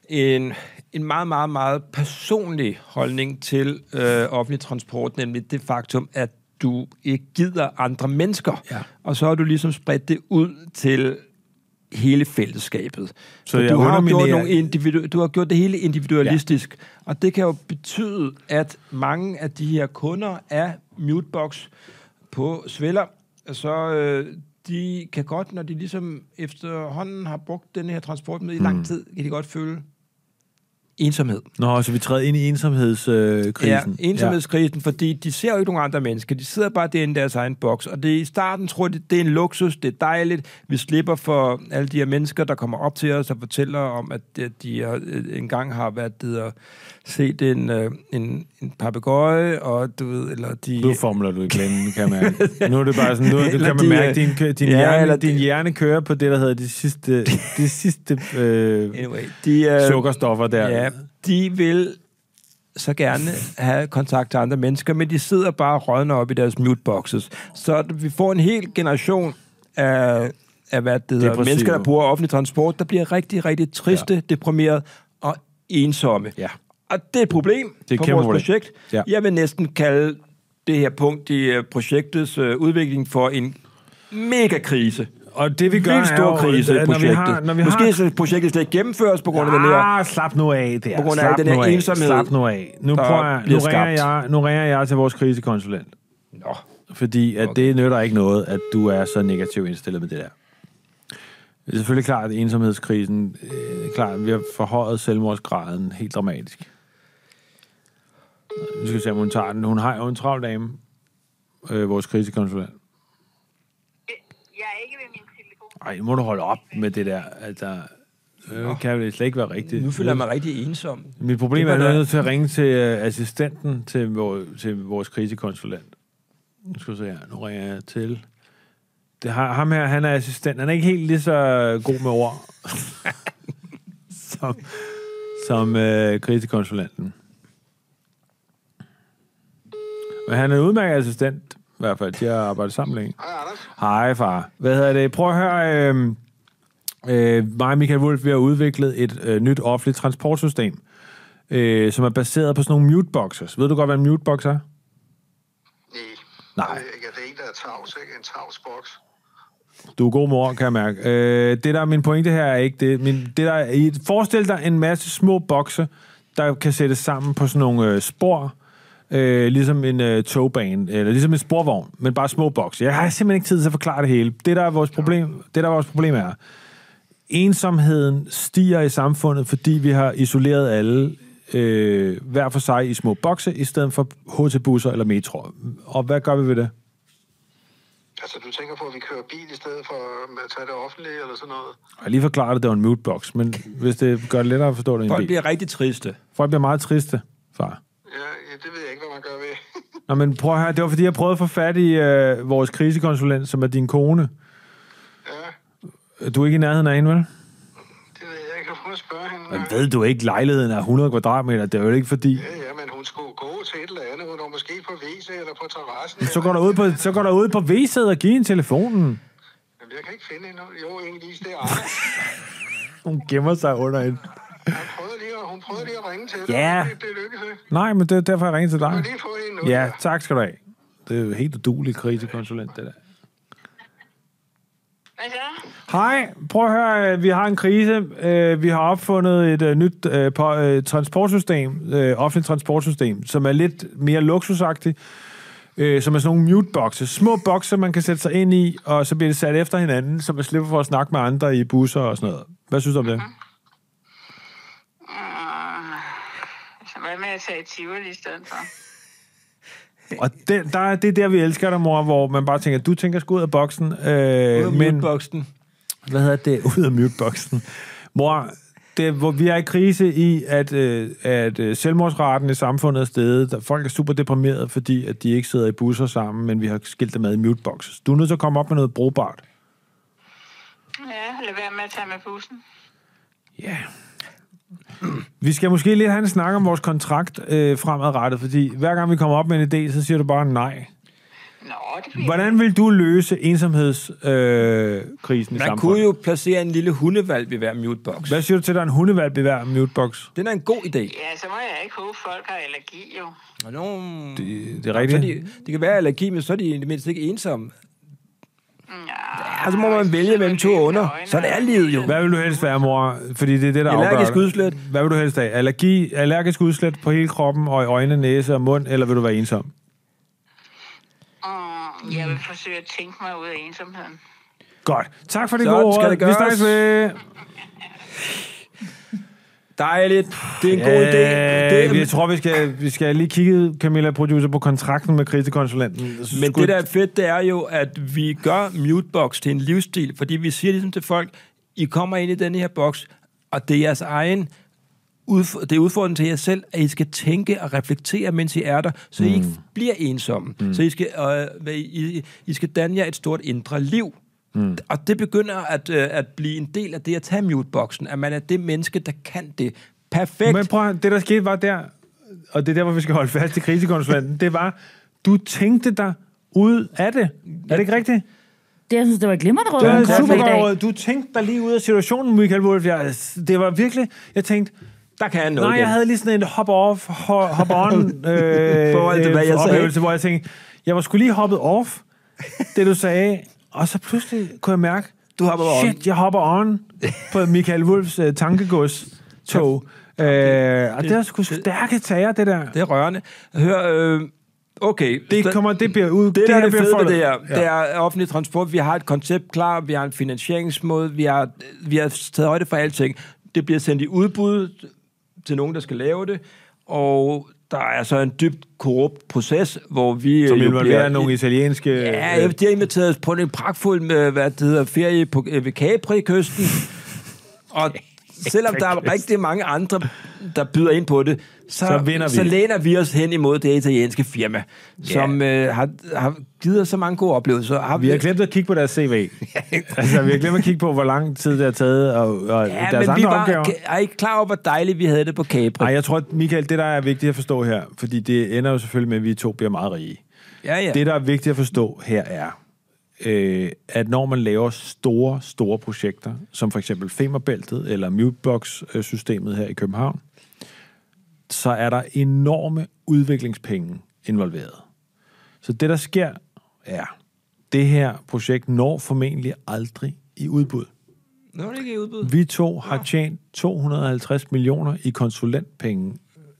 [SPEAKER 1] en, en meget, meget, meget personlig holdning til øh, offentlig transport, nemlig det faktum, at du ikke gider andre mennesker.
[SPEAKER 2] Ja.
[SPEAKER 1] Og så har du ligesom spredt det ud til hele fællesskabet.
[SPEAKER 2] Så
[SPEAKER 1] For
[SPEAKER 2] jeg
[SPEAKER 1] du har, jo gjort
[SPEAKER 2] underminerer-
[SPEAKER 1] nogle individu- du har gjort det hele individualistisk, ja. og det kan jo betyde, at mange af de her kunder af Mutebox på Sveller, så øh, de kan godt, når de
[SPEAKER 2] Mm.
[SPEAKER 1] ligesom efterhånden har brugt den her transportmiddel i lang tid, kan de godt føle, ensomhed.
[SPEAKER 2] Nå, så vi træder ind i ensomhedskrisen. Øh, krisen.
[SPEAKER 1] Ja, ensomhedskrisen, ja. fordi de ser jo ikke nogen andre mennesker. De sidder bare derinde i deres egen boks, og det, er i starten tror de, det er en luksus, det er dejligt. Vi slipper for alle de her mennesker, der kommer op til os og fortæller om, at de- at de har, øh, engang har været, det hedder, set en, øh, en, en papegøje, og du ved, eller de...
[SPEAKER 2] Ja. Nu formler du igen, kan man mærke. Nu er det bare sådan, nu
[SPEAKER 1] <laughs>
[SPEAKER 2] du
[SPEAKER 1] Eller
[SPEAKER 2] kan man
[SPEAKER 1] de,
[SPEAKER 2] mærke,
[SPEAKER 1] øh,
[SPEAKER 2] din, kø- din,
[SPEAKER 1] ja,
[SPEAKER 2] ja, hjerne,
[SPEAKER 1] eller
[SPEAKER 2] din
[SPEAKER 1] de-
[SPEAKER 2] hjerne kører på det, der hedder det sidste, det sidste
[SPEAKER 1] <laughs>
[SPEAKER 2] øh,
[SPEAKER 1] Anyway, de, øh,
[SPEAKER 2] sukkerstoffer der.
[SPEAKER 1] Ja, de vil så gerne have kontakt til andre mennesker, men de sidder bare og rådner op i deres muteboxes. Så vi får en hel generation af, af hvad det hedder,
[SPEAKER 2] Depressive.
[SPEAKER 1] mennesker, der bruger offentlig transport, der bliver rigtig, rigtig triste, ja. deprimeret og ensomme.
[SPEAKER 2] Ja.
[SPEAKER 1] Og det er et problem
[SPEAKER 2] er et
[SPEAKER 1] for
[SPEAKER 2] kæmpe
[SPEAKER 1] vores
[SPEAKER 2] problem.
[SPEAKER 1] projekt.
[SPEAKER 2] Ja.
[SPEAKER 1] Jeg vil næsten kalde det her punkt i øh, projektets øh, udvikling for en megakrise.
[SPEAKER 2] Og det vi gør
[SPEAKER 1] Vildt stor
[SPEAKER 2] er jo,
[SPEAKER 1] krise i
[SPEAKER 2] at når vi
[SPEAKER 1] projektet.
[SPEAKER 2] har, når vi
[SPEAKER 1] Måske
[SPEAKER 2] har
[SPEAKER 1] så projektet slet ikke gennemføres på grund af den her
[SPEAKER 2] Ah, slap nu af der.
[SPEAKER 1] På grund af
[SPEAKER 2] slap
[SPEAKER 1] den her
[SPEAKER 2] nu af.
[SPEAKER 1] ensomhed,
[SPEAKER 2] Slap nu af. Nu,
[SPEAKER 1] der
[SPEAKER 2] prøver, jeg- nu,
[SPEAKER 1] bliver
[SPEAKER 2] ringer
[SPEAKER 1] skabt.
[SPEAKER 2] jeg, nu ringer jeg til vores krisekonsulent.
[SPEAKER 1] Nå,
[SPEAKER 2] Fordi at okay. det nytter ikke noget, at du er så negativt indstillet med det der. Det er selvfølgelig klart, at ensomhedskrisen... Øh, klart, vi har forhøjet selvmordsgraden helt dramatisk. Nu skal vi se, om hun tager den. Hun har jo en travl dame, øh, vores krisekonsulent.
[SPEAKER 5] Jeg er ikke ved min telefon.
[SPEAKER 2] Ej, nu må du holde op med det der. Altså, øh, kan det slet ikke være rigtigt.
[SPEAKER 1] nu føler jeg mig rigtig ensom.
[SPEAKER 2] Mit problem
[SPEAKER 1] Det
[SPEAKER 2] er,
[SPEAKER 1] var
[SPEAKER 2] at jeg
[SPEAKER 1] da-
[SPEAKER 2] er nødt til at ringe til øh, assistenten til, vor, til vores krisekonsulent. Nu skal vi se her. Nu ringer jeg til. Det har, ham her, han er assistent. Han er ikke helt lige så øh, god med
[SPEAKER 1] <laughs>
[SPEAKER 2] ord som, som øh, krisekonsulenten. Men han er en udmærket assistent, i hvert fald. De har arbejdet sammen længe.
[SPEAKER 5] Hej, Anders.
[SPEAKER 2] Hej, far. Hvad hedder det? Prøv at høre... Øh, øh, mig og Michael Wolf, vi har udviklet et øh, nyt offentligt transportsystem, øh, som er baseret på sådan nogle muteboxes. Ved du godt, hvad en mutebox er?
[SPEAKER 5] Nej.
[SPEAKER 2] Nej.
[SPEAKER 5] Det er øh, ikke- Det er en, der er tavs, ikke? En tavs boks.
[SPEAKER 2] Du er god mor, kan jeg mærke. Øh, det, der er min pointe her, er ikke det. Min, det der, er- I, forestil dig en masse små bokse, der kan sættes sammen på sådan nogle øh, spor, øh, ligesom en øh, togbane, eller ligesom en sporvogn, men bare små bokse. Jeg har simpelthen ikke tid til at forklare det hele. Det, der er vores problem, det, der er vores problem er, ensomheden stiger i samfundet, fordi vi har isoleret alle øh, hver for sig i små bokse, i stedet for HT-busser eller metroer. Og hvad gør vi ved det?
[SPEAKER 5] Altså, du tænker på, at vi kører bil i stedet for at tage det offentlige eller sådan noget?
[SPEAKER 2] Jeg har lige forklaret, at det var en mutebox, men hvis det gør det lettere at forstå det,
[SPEAKER 1] Folk
[SPEAKER 2] folk bliver,
[SPEAKER 1] bliver rigtig triste.
[SPEAKER 2] folk bliver meget triste, far.
[SPEAKER 5] Ja, ja, det ved jeg ikke, hvad man gør ved. <laughs>
[SPEAKER 2] Nå, men prøv her, det var fordi, jeg prøvede at få fat i øh, vores krisekonsulent, som er din kone.
[SPEAKER 5] ja,
[SPEAKER 2] Du er ikke i nærheden af hende, vel?
[SPEAKER 5] det ved jeg ikke. Jeg kan prøve at spørge hende.
[SPEAKER 2] Men ved du ikke, lejligheden er 100 kvadratmeter, det er jo ikke fordi...
[SPEAKER 5] Ja, ja, men hun skulle gå til et eller andet. Hun var måske på WC eller på terrassen.
[SPEAKER 2] Så går der ud på, så går der ud på VC'et og giver hende telefonen.
[SPEAKER 5] Jamen, jeg kan ikke finde hende. Jo, egentlig lige det er Anders.
[SPEAKER 2] Hun gemmer sig under hende.
[SPEAKER 5] Hun prøvede lige at, hun prøvede lige at ringe til dig.
[SPEAKER 2] Ja.
[SPEAKER 5] Det, det lykkedes ikke.
[SPEAKER 2] Nej, men det er derfor, jeg ringer til
[SPEAKER 5] Du har
[SPEAKER 2] dig.
[SPEAKER 5] lige fået hende nu.
[SPEAKER 2] Ja, tak skal du have. Det er jo helt udulig krisekonsulent, det der.
[SPEAKER 5] Hvad så?
[SPEAKER 2] Hej, prøv at høre, øh, vi har en krise. Øh, Vi har opfundet et øh, nyt øh, på- øh, transportsystem, øh, offentligt transportsystem, som er lidt mere luksusagtigt, øh, som er sådan nogle mute-bokse. Små bokse, man kan sætte sig ind i, og så bliver det sat efter hinanden, så man slipper for at snakke med andre i busser og sådan noget. Hvad synes du om det?
[SPEAKER 5] Så Ah, hvad med at tage Tivoli i stedet for?
[SPEAKER 2] Og det, der, er- det er der, vi elsker dig, mor, hvor man bare tænker, du tænker sgu ud af boksen, øh, men,
[SPEAKER 1] Muteboksen.
[SPEAKER 2] hvad hedder det, ud af muteboksen. Mor, det, hvor vi er i krise i, at, øh, at øh, selvmordsraten i samfundet er steget. Der, folk er super deprimerede, fordi at de ikke sidder i busser sammen, men vi har skilt dem ad i muteboxes. Du er nødt til at komme op med noget brugbart.
[SPEAKER 5] Ja, lad være med at tage med bussen.
[SPEAKER 2] Ja. Yeah. Vi skal måske lige have en snak om vores kontrakt øh, fremadrettet, fordi hver gang vi kommer op med en idé, så siger du bare nej.
[SPEAKER 5] Nå, det bliver...
[SPEAKER 2] Hvordan vil du løse ensomhedskrisen øh, krisen i
[SPEAKER 1] Man
[SPEAKER 2] samfundet?
[SPEAKER 1] kunne jo placere en lille hundevalg i hver mutebox.
[SPEAKER 2] Hvad siger du til, at der er en hundevalg i hver mutebox?
[SPEAKER 1] Den er en god idé.
[SPEAKER 5] Ja, så må jeg ikke håbe, folk har allergi jo.
[SPEAKER 1] Nå, det,
[SPEAKER 2] Det, det er
[SPEAKER 1] så
[SPEAKER 2] rigtigt.
[SPEAKER 1] er de, det kan være allergi, men så er de i det mindste ikke ensomme.
[SPEAKER 5] Ja,
[SPEAKER 1] Og Ah, så må man vælge mellem to under. Sådan er livet jo.
[SPEAKER 2] Hvad vil du helst være, mor? Fordi det er det, der afgør
[SPEAKER 1] Allergisk
[SPEAKER 2] det.
[SPEAKER 1] udslæt.
[SPEAKER 2] Hvad vil du helst have? Allergi, allergisk udslæt på hele kroppen og i øjne, næse og mund, eller vil du være ensom?
[SPEAKER 5] Mm, jeg vil forsøge at tænke mig ud af ensomheden.
[SPEAKER 2] Godt. Tak for det
[SPEAKER 1] Sådan
[SPEAKER 2] gode
[SPEAKER 1] skal
[SPEAKER 2] råd.
[SPEAKER 1] det
[SPEAKER 2] Vi
[SPEAKER 1] gøres.
[SPEAKER 2] snakkes ved.
[SPEAKER 1] Dejligt. Det er en god idé. Det
[SPEAKER 2] Øh, jeg tror, vi skal, vi skal lige kigge, Camilla Producer, på kontrakten med krisekonsulenten.
[SPEAKER 1] Men det, der er fedt, det er jo, at vi gør mutebox til en livsstil, fordi vi siger ligesom til folk, I kommer ind i den her boks, og det er jeres egen udf- det er udfordringen til jer selv, at I skal tænke og reflektere, mens I er der, så mm. I ikke bliver ensomme. Mm. Så I skal, øh, hvad I, I, I skal danne jer et stort indre liv. Mm. Og det begynder at, øh, at blive en del af det at tage muteboxen, at man er det menneske, der kan det. Perfekt.
[SPEAKER 2] Men prøv at høre, det der skete var der, og det er der, hvor vi skal holde fast i krisekonsulenten, det var, du tænkte dig ud af det. Er det ikke rigtigt?
[SPEAKER 4] Det, jeg synes, det var et glimrende råd.
[SPEAKER 2] Det var
[SPEAKER 4] vi kom med
[SPEAKER 2] super
[SPEAKER 4] i dag.
[SPEAKER 2] godt råd. Du tænkte dig lige ud af situationen, Michael Wolf. Jeg, det var virkelig, jeg tænkte,
[SPEAKER 1] der kan jeg noget
[SPEAKER 2] nej,
[SPEAKER 1] igen.
[SPEAKER 2] jeg havde lige sådan en hop-off, ho-
[SPEAKER 1] <laughs>
[SPEAKER 2] hop-on øh,
[SPEAKER 1] Forhold til, hvad jeg sagde.
[SPEAKER 2] øh, oplevelse, hvor jeg tænkte, jeg var skulle lige hoppet off, det du sagde, og så pludselig kunne jeg mærke,
[SPEAKER 1] Du hopper on.
[SPEAKER 2] shit, jeg hopper on på Michael Wolfs øh, tankegods-tog. Øh, og det er sgu stærke tager, det der.
[SPEAKER 1] Det er rørende. Hør, øh, okay.
[SPEAKER 2] Det,
[SPEAKER 1] Så-
[SPEAKER 2] kommer, det bliver ud.
[SPEAKER 1] Det, der er det fede
[SPEAKER 2] bliver
[SPEAKER 1] ved
[SPEAKER 2] foldet.
[SPEAKER 1] det her,
[SPEAKER 2] Ja.
[SPEAKER 1] ja. det er offentlig transport. Vi har et koncept klar, vi har en finansieringsmåde, vi har, vi har taget højde for alting. Det bliver sendt i udbud til nogen, der skal lave det, og der er så en dybt korrupt proces, hvor vi...
[SPEAKER 2] Som
[SPEAKER 1] øh, jo
[SPEAKER 2] involverer
[SPEAKER 1] bliver-
[SPEAKER 2] nogle italienske... øh,
[SPEAKER 1] Ja, de har inviteret os på en pragtfuld med, hvad det hedder, ferie på, øh, ved Capri-kysten.
[SPEAKER 2] <laughs>
[SPEAKER 1] Og selvom der er rigtig mange andre, der byder ind på det, så,
[SPEAKER 2] Så vinder vi.
[SPEAKER 1] så læner vi os hen imod det italienske firma, som øh, har, har givet os så mange gode oplevelser. Har
[SPEAKER 2] Vi har glemt at kigge på deres
[SPEAKER 1] <laughs>
[SPEAKER 2] CV. altså, vi har glemt at kigge på, hvor lang tid det har taget, og, og ja,
[SPEAKER 1] ja,
[SPEAKER 2] deres
[SPEAKER 1] men vi
[SPEAKER 2] andre
[SPEAKER 1] var,
[SPEAKER 2] opgaver.
[SPEAKER 1] kan- er I klar over, hvor dejligt vi havde det på Capri?
[SPEAKER 2] Nej, jeg tror, at Michael, det der er vigtigt at forstå her, fordi det ender jo selvfølgelig med, at vi to bliver meget rige.
[SPEAKER 1] ja, ja.
[SPEAKER 2] Det, der er vigtigt at forstå her, er, øh, at når man laver store, store projekter, som for eksempel Femerbæltet eller Mutebox-systemet her i København, så er der enorme udviklingspenge involveret. Så det, der sker, er, det her projekt når formentlig aldrig i udbud.
[SPEAKER 1] Nu er det ikke i udbud.
[SPEAKER 2] Vi to har tjent 250 millioner i konsulentpenge.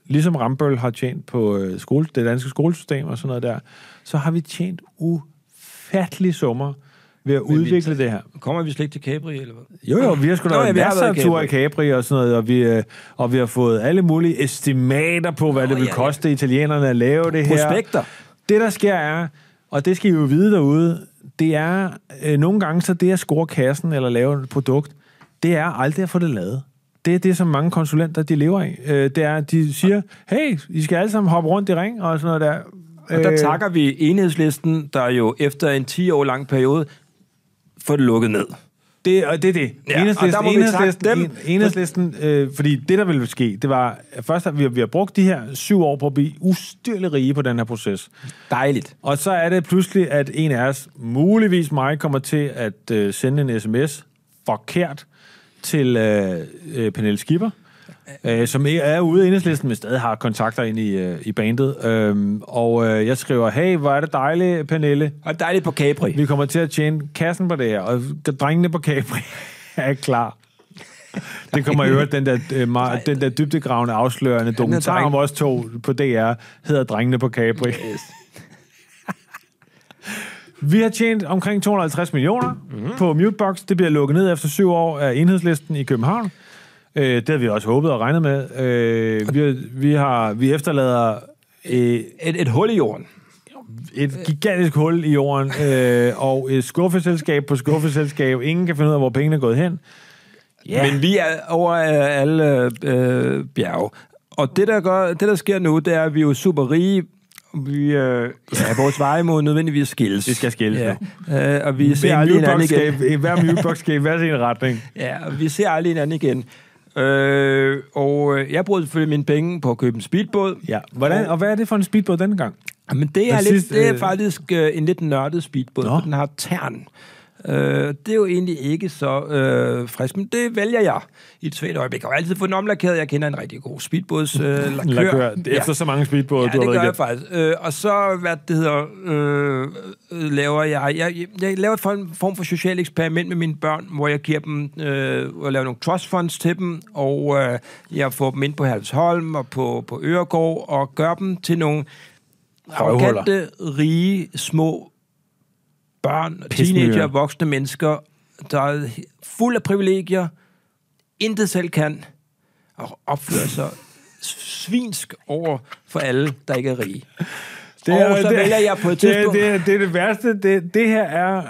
[SPEAKER 2] Ligesom Rambøl har tjent på øh, skole, det danske skolesystem og sådan noget der, så har vi tjent ufattelige summer ved at udvikle det her.
[SPEAKER 1] Kommer vi slet ikke til Capri, eller hvad?
[SPEAKER 2] Jo, jo, vi har sgu
[SPEAKER 1] Nå,
[SPEAKER 2] da
[SPEAKER 1] ja,
[SPEAKER 2] været
[SPEAKER 1] vi har
[SPEAKER 2] masser af
[SPEAKER 1] været i
[SPEAKER 2] ture i Capri og sådan noget, og vi, øh, og vi har fået alle mulige estimater på, hvad det vil
[SPEAKER 1] ja, ja.
[SPEAKER 2] koste italienerne at lave det her.
[SPEAKER 1] Prospekter.
[SPEAKER 2] Det, der sker er, og det skal I jo vide derude, det er øh, nogle gange så det at score kassen eller lave et produkt, det er aldrig at få det lavet. Det er det, som mange konsulenter, de lever af. Øh, det er, de siger, hey, I skal alle sammen hoppe rundt i ring og sådan noget der. Øh,
[SPEAKER 1] Og der takker vi enhedslisten, der jo efter en 10 år lang periode får det lukket ned.
[SPEAKER 2] Det, og det er det.
[SPEAKER 1] Ja, og
[SPEAKER 2] enhedslisten,
[SPEAKER 1] der må vi takke
[SPEAKER 2] enhedslisten,
[SPEAKER 1] dem.
[SPEAKER 2] en- enhedslisten øh, fordi det, der ville ske, det var, at først har vi, vi har brugt de her syv år på at blive ustyrlig rige på den her proces.
[SPEAKER 1] Dejligt.
[SPEAKER 2] Og så er det pludselig, at en af os, muligvis mig, kommer til at øh, sende en sms forkert til øh, øh, Pernille Skipper, øh, som ikke er ude i enhedslisten, men stadig har kontakter ind i, øh, i bandet. Øhm, og øh, jeg skriver, hey, hvor er det dejligt, Pernille.
[SPEAKER 1] Og dejligt på Capri.
[SPEAKER 2] Vi kommer til at tjene kassen på det her, og drengene på Capri <laughs>
[SPEAKER 1] <laughs>
[SPEAKER 2] er klar. Det kommer i øvrigt, den der, øh, meget, den der dybdegravende afslørende dokumentar
[SPEAKER 1] dreng-
[SPEAKER 2] om os to på DR, hedder Drengene på Capri. Yes. <laughs> Vi har tjent omkring 250 millioner
[SPEAKER 1] Mhm.
[SPEAKER 2] mm-hmm. på Mutebox. Det bliver lukket ned efter syv år af enhedslisten i København. Øh, det havde vi også håbet og regnet med. Øh, vi, har, vi, har, vi efterlader øh,
[SPEAKER 1] Et, et hul i jorden.
[SPEAKER 2] et gigantisk hul i jorden, øh, og et skuffeselskab på skuffeselskab. Ingen kan finde ud af, hvor pengene er gået hen.
[SPEAKER 1] Yeah. Men vi er over øh, alle øh, bjerge. Og det der, gør, det, der sker nu, det er, at vi er jo super rige. Vi, øh, ja, vores veje må nødvendigvis skilles.
[SPEAKER 2] Vi skal skilles
[SPEAKER 1] ja. Øh, og vi ser
[SPEAKER 2] Hver
[SPEAKER 1] aldrig hinanden igen.
[SPEAKER 2] mutebox-skab- hver mutebox skal i hver sin retning.
[SPEAKER 1] Ja, og vi ser aldrig hinanden igen. Øh, og øh, jeg bruger selvfølgelig mine penge på at købe en speedbåd.
[SPEAKER 2] Ja. Hvordan, og hvad er det for en speedbåd denne gang?
[SPEAKER 1] Men det er,
[SPEAKER 2] Men
[SPEAKER 1] lidt,
[SPEAKER 2] sidst,
[SPEAKER 1] det er
[SPEAKER 2] øh,
[SPEAKER 1] faktisk øh, en lidt nørdet speedbåd,
[SPEAKER 2] Nå.
[SPEAKER 1] for den har tern. Øh, det er jo egentlig ikke så øh, frisk, men det vælger jeg i et svært øjeblik. Jeg kan jo altid få den omlakeret. Jeg kender en rigtig god speedbåds øh, lakør.
[SPEAKER 2] <laughs> Lakør. Efter så mange speedbåde,
[SPEAKER 1] ja,
[SPEAKER 2] du har
[SPEAKER 1] det
[SPEAKER 2] været
[SPEAKER 1] gør jeg
[SPEAKER 2] igennem.
[SPEAKER 1] faktisk. Øh, og så, hvad det hedder, øh, øh, laver jeg, jeg... Jeg laver et form form for socialt eksperiment med mine børn, hvor jeg giver dem... Øh, hvor jeg laver nogle trust funds til dem, og øh, jeg får dem ind på Halsholm og på, på Øregård, og gør dem til nogle
[SPEAKER 2] Røvhuller.
[SPEAKER 1] arrogante, rige, små børn,
[SPEAKER 2] Pismyrer.
[SPEAKER 1] teenager og voksne mennesker, der er fuld af privilegier, intet selv kan, og opfører sig svinsk over for alle, der ikke er rige.
[SPEAKER 2] Det
[SPEAKER 1] Og så vælger jeg på et tidspunkt-
[SPEAKER 2] Det, det, det er det værste. Det, det her er...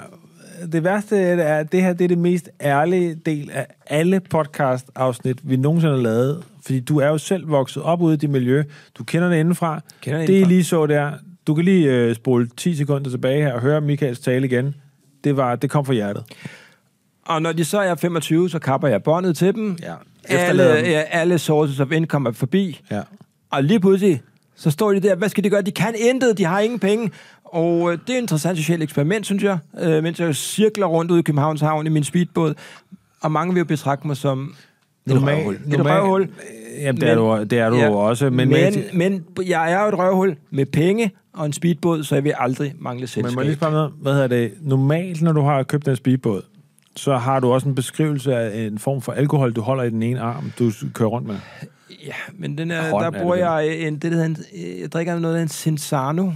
[SPEAKER 2] Det værste er, at det her det er det mest ærlige del af alle podcast-afsnit, vi nogensinde har lavet. Fordi du er jo selv vokset op ude i det miljø. Du kender det indenfra.
[SPEAKER 1] Kender det
[SPEAKER 2] det I
[SPEAKER 1] indenfra.
[SPEAKER 2] lige så der. Du kan lige øh, spole 10 sekunder tilbage her og høre Michaels tale igen. Det, var, det kom fra hjertet.
[SPEAKER 1] Og når de så er 25, så kapper jeg båndet til dem.
[SPEAKER 2] Ja.
[SPEAKER 1] Alle,
[SPEAKER 2] Efterlader dem.
[SPEAKER 1] ja, alle sources of income er forbi.
[SPEAKER 2] Ja.
[SPEAKER 1] Og lige pludselig, så står de der, hvad skal de gøre? De kan intet, de har ingen penge. Og øh, det er et interessant socialt eksperiment, synes jeg, øh, mens jeg cirkler rundt ude i Københavns Havn i min speedbåd. Og mange vil jo betragte mig som et røvhul. Et røvhul.
[SPEAKER 2] Jamen, det er du, det er du ja, jo også. Men,
[SPEAKER 1] men, men jeg er jo et røvhul med penge og en speedbåd, så jeg vil aldrig mangle
[SPEAKER 2] Men
[SPEAKER 1] selskab.
[SPEAKER 2] må jeg lige spørge om noget? Hvad hedder det? Normalt, når du har købt en speedbåd, så har du også en beskrivelse af en form for alkohol, du holder i den ene arm, du s- kører rundt med.
[SPEAKER 1] Ja, men den er,
[SPEAKER 2] Hånd er
[SPEAKER 1] der
[SPEAKER 2] det
[SPEAKER 1] bruger
[SPEAKER 2] vel.
[SPEAKER 1] jeg en, det, der hedder en, øh, jeg drikker noget, der hedder en
[SPEAKER 2] <laughs>
[SPEAKER 1] Cinzano,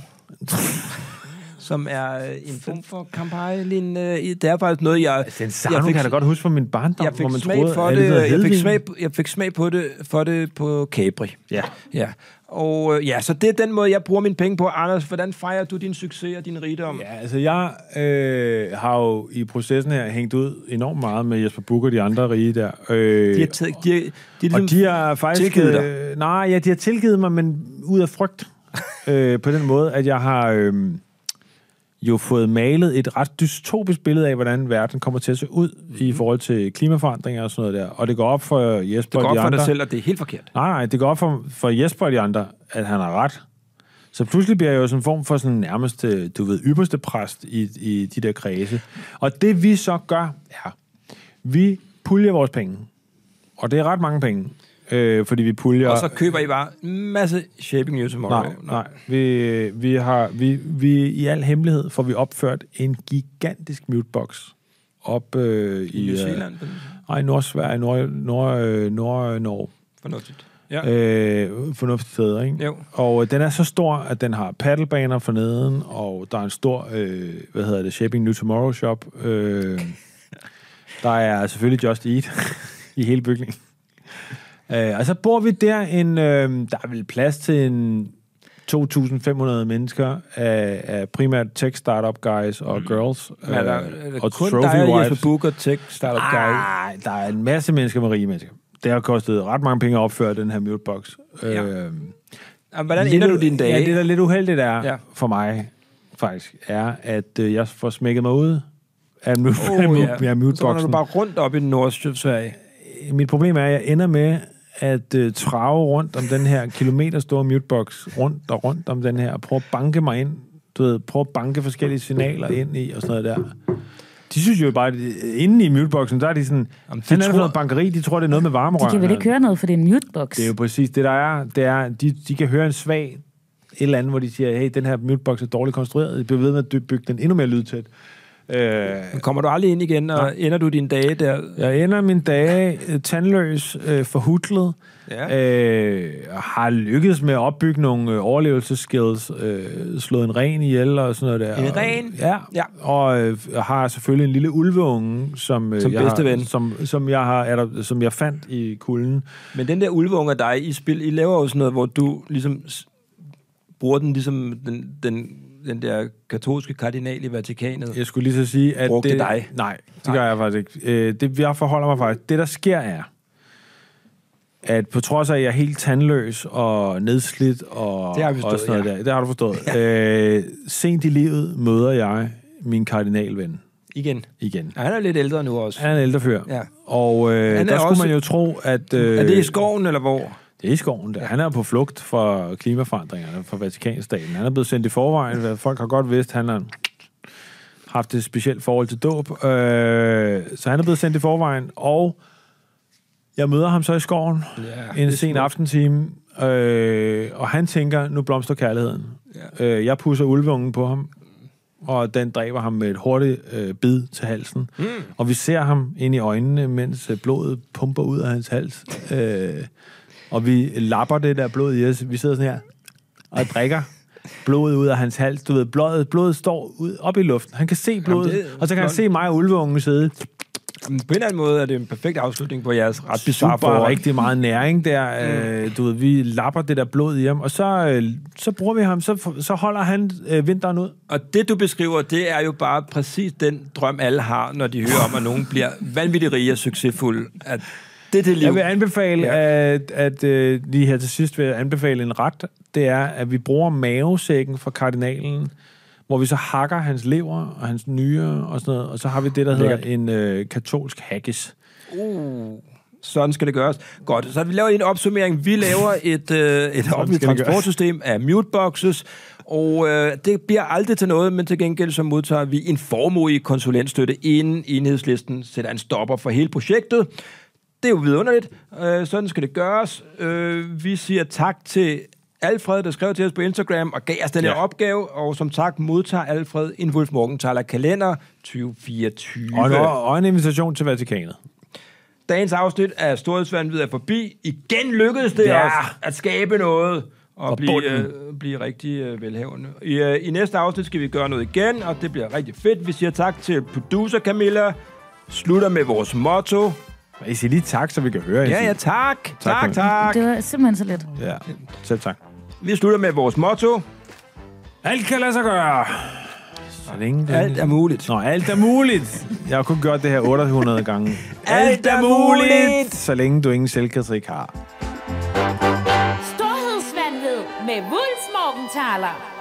[SPEAKER 1] som er øh, en form for kampagne. Det er faktisk noget, jeg...
[SPEAKER 2] Jeg fik, kan jeg da godt huske fra min barndom,
[SPEAKER 1] jeg fik
[SPEAKER 2] hvor man
[SPEAKER 1] smag
[SPEAKER 2] troede,
[SPEAKER 1] for
[SPEAKER 2] er
[SPEAKER 1] det,
[SPEAKER 2] noget
[SPEAKER 1] jeg, fik
[SPEAKER 2] hedvin?
[SPEAKER 1] smag, jeg fik smag på det, for det på Capri.
[SPEAKER 2] Ja.
[SPEAKER 1] ja. Og øh, ja, så det er den måde, jeg bruger mine penge på. Anders, hvordan fejrer du din succes og din rigdom?
[SPEAKER 2] Ja, altså jeg øh, har jo i processen her hængt ud enormt meget med Jesper Buch og de andre rige der. Øh,
[SPEAKER 1] De har taget, de, de, de, ligesom
[SPEAKER 2] og de har faktisk...
[SPEAKER 1] tilgivet dig?
[SPEAKER 2] Øh, nej, ja, de har tilgivet mig, men ud af
[SPEAKER 1] <laughs>
[SPEAKER 2] frygt. øh, på den måde, at jeg har øh, jo fået malet et ret dystopisk billede af, hvordan verden kommer til at se ud mm-hmm. i forhold til klimaforandringer og sådan noget der. Og det går op for Jesper
[SPEAKER 1] Mhm. det går
[SPEAKER 2] og
[SPEAKER 1] op
[SPEAKER 2] de
[SPEAKER 1] for
[SPEAKER 2] andre.
[SPEAKER 1] dig selv, og det er helt forkert.
[SPEAKER 2] Nej, nej, det går op for, for Jesper og de andre, at han har ret. Så pludselig bliver jeg jo sådan en form for sådan nærmest, øh, du ved, ypperste præst i, i de der kredse. Og det vi så gør, er, vi puljer vores penge. Og det er ret mange penge, øh, fordi vi puljer...
[SPEAKER 1] Og så køber I bare en masse Shaping You Tomorrow.
[SPEAKER 2] Nej, nej. Vi, vi har, vi, vi, I al hemmelighed får vi opført en gigantisk mutebox op øh, i...
[SPEAKER 1] I New
[SPEAKER 2] øh,
[SPEAKER 1] Zealand,
[SPEAKER 2] Nej, Nordsverige, Nord, Nord, øh, Nord, Norge
[SPEAKER 1] fornuftigt. Ja.
[SPEAKER 2] øh, fornuftige steder, ikke?
[SPEAKER 1] Jo.
[SPEAKER 2] Og øh, den er så stor, at den har paddlebaner forneden, og der er en stor, øh, hvad hedder det, Shaping New Tomorrow shop.
[SPEAKER 1] <laughs>
[SPEAKER 2] Øh, der er selvfølgelig Just Eat <laughs> i hele bygningen. Øh, og så bor vi der en, øh, der er vel plads til en 2.500 mennesker af, af primært tech startup guys og girls. Øh,
[SPEAKER 1] Mm. Men er der, er der
[SPEAKER 2] og
[SPEAKER 1] kun
[SPEAKER 2] trophy
[SPEAKER 1] dig og Jesper
[SPEAKER 2] wives.
[SPEAKER 1] Booker, Tech, Startup Guy.
[SPEAKER 2] Nej, der er en masse mennesker med rige mennesker. Det har kostet ret mange penge at opføre den her mutebox.
[SPEAKER 1] Ja.
[SPEAKER 2] Øhm,
[SPEAKER 1] Jamen, ah, Hvordan
[SPEAKER 2] lidt
[SPEAKER 1] ender
[SPEAKER 2] u-
[SPEAKER 1] du din dag?
[SPEAKER 2] Ja,
[SPEAKER 1] <laughs>
[SPEAKER 2] det der er lidt uheldigt er
[SPEAKER 1] Ja.
[SPEAKER 2] ja. for mig, faktisk, er, at øh, jeg får smækket mig ud af, mu- oh, <laughs> af,
[SPEAKER 1] Åh,
[SPEAKER 2] mu-
[SPEAKER 1] ja.
[SPEAKER 2] af
[SPEAKER 1] Så er du
[SPEAKER 2] muteboxen.
[SPEAKER 1] bare rundt op i Nordsjøsverige.
[SPEAKER 2] Mit problem er, at jeg ender med at øh, trave rundt om den her kilometerstore mutebox, rundt og rundt om den her, og prøve at banke mig ind. Du ved, prøve at banke forskellige signaler ind i, og sådan noget der. De synes jo bare, at øh, inde i muteboxen, der er de sådan,
[SPEAKER 1] Jamen,
[SPEAKER 2] Jamen,
[SPEAKER 1] de
[SPEAKER 2] de er
[SPEAKER 1] tror-
[SPEAKER 2] tror... noget bankeri, de tror, det er noget med varmerør.
[SPEAKER 4] De kan vel ikke høre noget, for det er en mutebox.
[SPEAKER 2] Det er jo præcis det, der er. Det er de, de kan høre en svag et eller andet, hvor de siger, hey, den her mutebox er dårligt konstrueret. De bliver ved med at dy- bygge den endnu mere lydtæt. Øh,
[SPEAKER 1] Men Kommer du aldrig ind igen, og ender du dine dage der?
[SPEAKER 2] jeg ender mine dage øh, tandløs, øh, forhudlet,
[SPEAKER 1] Ja.
[SPEAKER 2] ja. øh, og har lykkedes med at opbygge nogle øh, overlevelseskills, øh, slået en ren ihjel og sådan noget der.
[SPEAKER 1] En
[SPEAKER 2] Og-
[SPEAKER 1] ren?
[SPEAKER 2] Ja,
[SPEAKER 1] Ja.
[SPEAKER 2] ja. og øh, jeg har selvfølgelig en lille ulveunge, som, øh,
[SPEAKER 1] Som
[SPEAKER 2] jeg
[SPEAKER 1] bedste ven.
[SPEAKER 2] Har, som, som, jeg har, er der, som jeg fandt i kulden.
[SPEAKER 1] Men den der ulveunge og dig, I, spil, I laver jo sådan noget, hvor du ligesom s- bruger den ligesom den, den, den der katolske kardinal i Vatikanet.
[SPEAKER 2] Jeg skulle lige så sige, at
[SPEAKER 1] Brugte
[SPEAKER 2] det...
[SPEAKER 1] dig.
[SPEAKER 2] Nej, det
[SPEAKER 1] Nej.
[SPEAKER 2] gør jeg faktisk ikke. Øh, det, jeg forholder mig faktisk... Det, der sker, er, at på trods af, at jeg er helt tandløs og nedslidt og,
[SPEAKER 1] Det har vi forstået,
[SPEAKER 2] og sådan noget ja. der, det har du forstået. Ja. Øh, sent i livet møder jeg min kardinalven
[SPEAKER 1] Igen.
[SPEAKER 2] igen.
[SPEAKER 1] Og han er lidt ældre nu også.
[SPEAKER 2] Han er en ældre fyr.
[SPEAKER 1] Ja.
[SPEAKER 2] Og øh, der
[SPEAKER 1] Han er
[SPEAKER 2] skulle
[SPEAKER 1] også-
[SPEAKER 2] man jo tro, at... Øh,
[SPEAKER 1] Er det i skoven, eller hvor?
[SPEAKER 2] det er i skoven. Der. Han er på flugt fra klimaforandringerne, fra Vatikanstaten. Han er blevet sendt i forvejen. Hvad Folk har godt vidst, han har haft et specielt forhold til dåb. Øh, så han er blevet sendt i forvejen, og jeg møder ham så i skoven
[SPEAKER 1] Ja,
[SPEAKER 2] ja, en
[SPEAKER 1] det er
[SPEAKER 2] sen
[SPEAKER 1] smukt.
[SPEAKER 2] aftentime, øh, og han tænker, nu blomster kærligheden. Ja. Øh, jeg pusser ulvungen på ham, og den dræber ham med et hurtigt øh, bid til halsen. Mm. Og vi ser ham ind i øjnene, mens øh, blodet pumper ud af hans hals. Øh, og vi lapper det der blod i os. Vi sidder sådan her og drikker blodet ud af hans hals. Du ved, blodet, blodet står ud, op i luften. Han kan se blodet,
[SPEAKER 1] det er
[SPEAKER 2] og så kan han se mig og ulveungen sidde
[SPEAKER 1] Jamen, På en eller anden måde er det en perfekt afslutning på jeres ret bizarre
[SPEAKER 2] super
[SPEAKER 1] forhold.
[SPEAKER 2] rigtig meget næring der.
[SPEAKER 1] Mm.
[SPEAKER 2] Øh, du ved, vi lapper det der blod i ham, og så, øh, så bruger vi ham, så, så holder han øh, vinteren ud.
[SPEAKER 1] Og det, du beskriver, det er jo bare præcis den drøm, alle har, når de hører om, at nogen bliver vanvittigt rige og succesfulde. At det er det liv.
[SPEAKER 2] Jeg vil anbefale, ja. at, at øh, lige her til sidst vil jeg anbefale en ret. Det er, at vi bruger mavesækken fra kardinalen, hvor vi så hakker hans lever og hans nyre og sådan noget, og så har vi det, der hedder
[SPEAKER 1] Lækkert.
[SPEAKER 2] en øh, katolsk haggis.
[SPEAKER 1] Sådan skal det gøres. Godt, så vi laver lige en opsummering. Vi
[SPEAKER 2] <laughs>
[SPEAKER 1] laver et, øh, et offentligt
[SPEAKER 2] skal det gøres.
[SPEAKER 1] transportsystem af muteboxes, og øh, det bliver aldrig til noget, men til gengæld så modtager vi en formue i konsulentstøtte, inden enhedslisten sætter en stopper for hele projektet. Det er jo vidunderligt. Øh, sådan skal det gøres. Øh, vi siger tak til Alfred, der skrev til os på Instagram og gav os den her
[SPEAKER 2] Ja.
[SPEAKER 1] opgave, og som tak modtager Alfred en Wolf Morgenthaler kalender 2024.
[SPEAKER 2] Og en, og en invitation til Vatikanet.
[SPEAKER 1] Dagens afsnit af Storhedsvandvid er forbi. Igen lykkedes det
[SPEAKER 2] Ja.
[SPEAKER 1] ja. os at skabe noget og,
[SPEAKER 2] Fra
[SPEAKER 1] og blive,
[SPEAKER 2] bunden.
[SPEAKER 1] øh, blive rigtig øh, velhavende. I, øh, I næste afsnit skal vi gøre noget igen, og det bliver rigtig fedt. Vi siger tak til producer Camilla. Slutter med vores motto.
[SPEAKER 2] I siger lige tak, så vi kan høre. I
[SPEAKER 1] Ja,
[SPEAKER 2] siger.
[SPEAKER 1] ja, tak. Tak,
[SPEAKER 2] for
[SPEAKER 1] tak.
[SPEAKER 2] det.
[SPEAKER 1] tak.
[SPEAKER 4] Det var simpelthen så let.
[SPEAKER 2] ja. Selv tak.
[SPEAKER 1] Vi slutter med vores motto.
[SPEAKER 2] Alt kan lade sig gøre. Så længe det...
[SPEAKER 1] Alt er muligt.
[SPEAKER 2] Nå, alt er muligt. Jeg har kun gjort det her 800 gange.
[SPEAKER 1] Alt er muligt.
[SPEAKER 2] Så længe du ingen selvkritik har.
[SPEAKER 3] Storhedsvandvid med Wulfs Morgenthaler.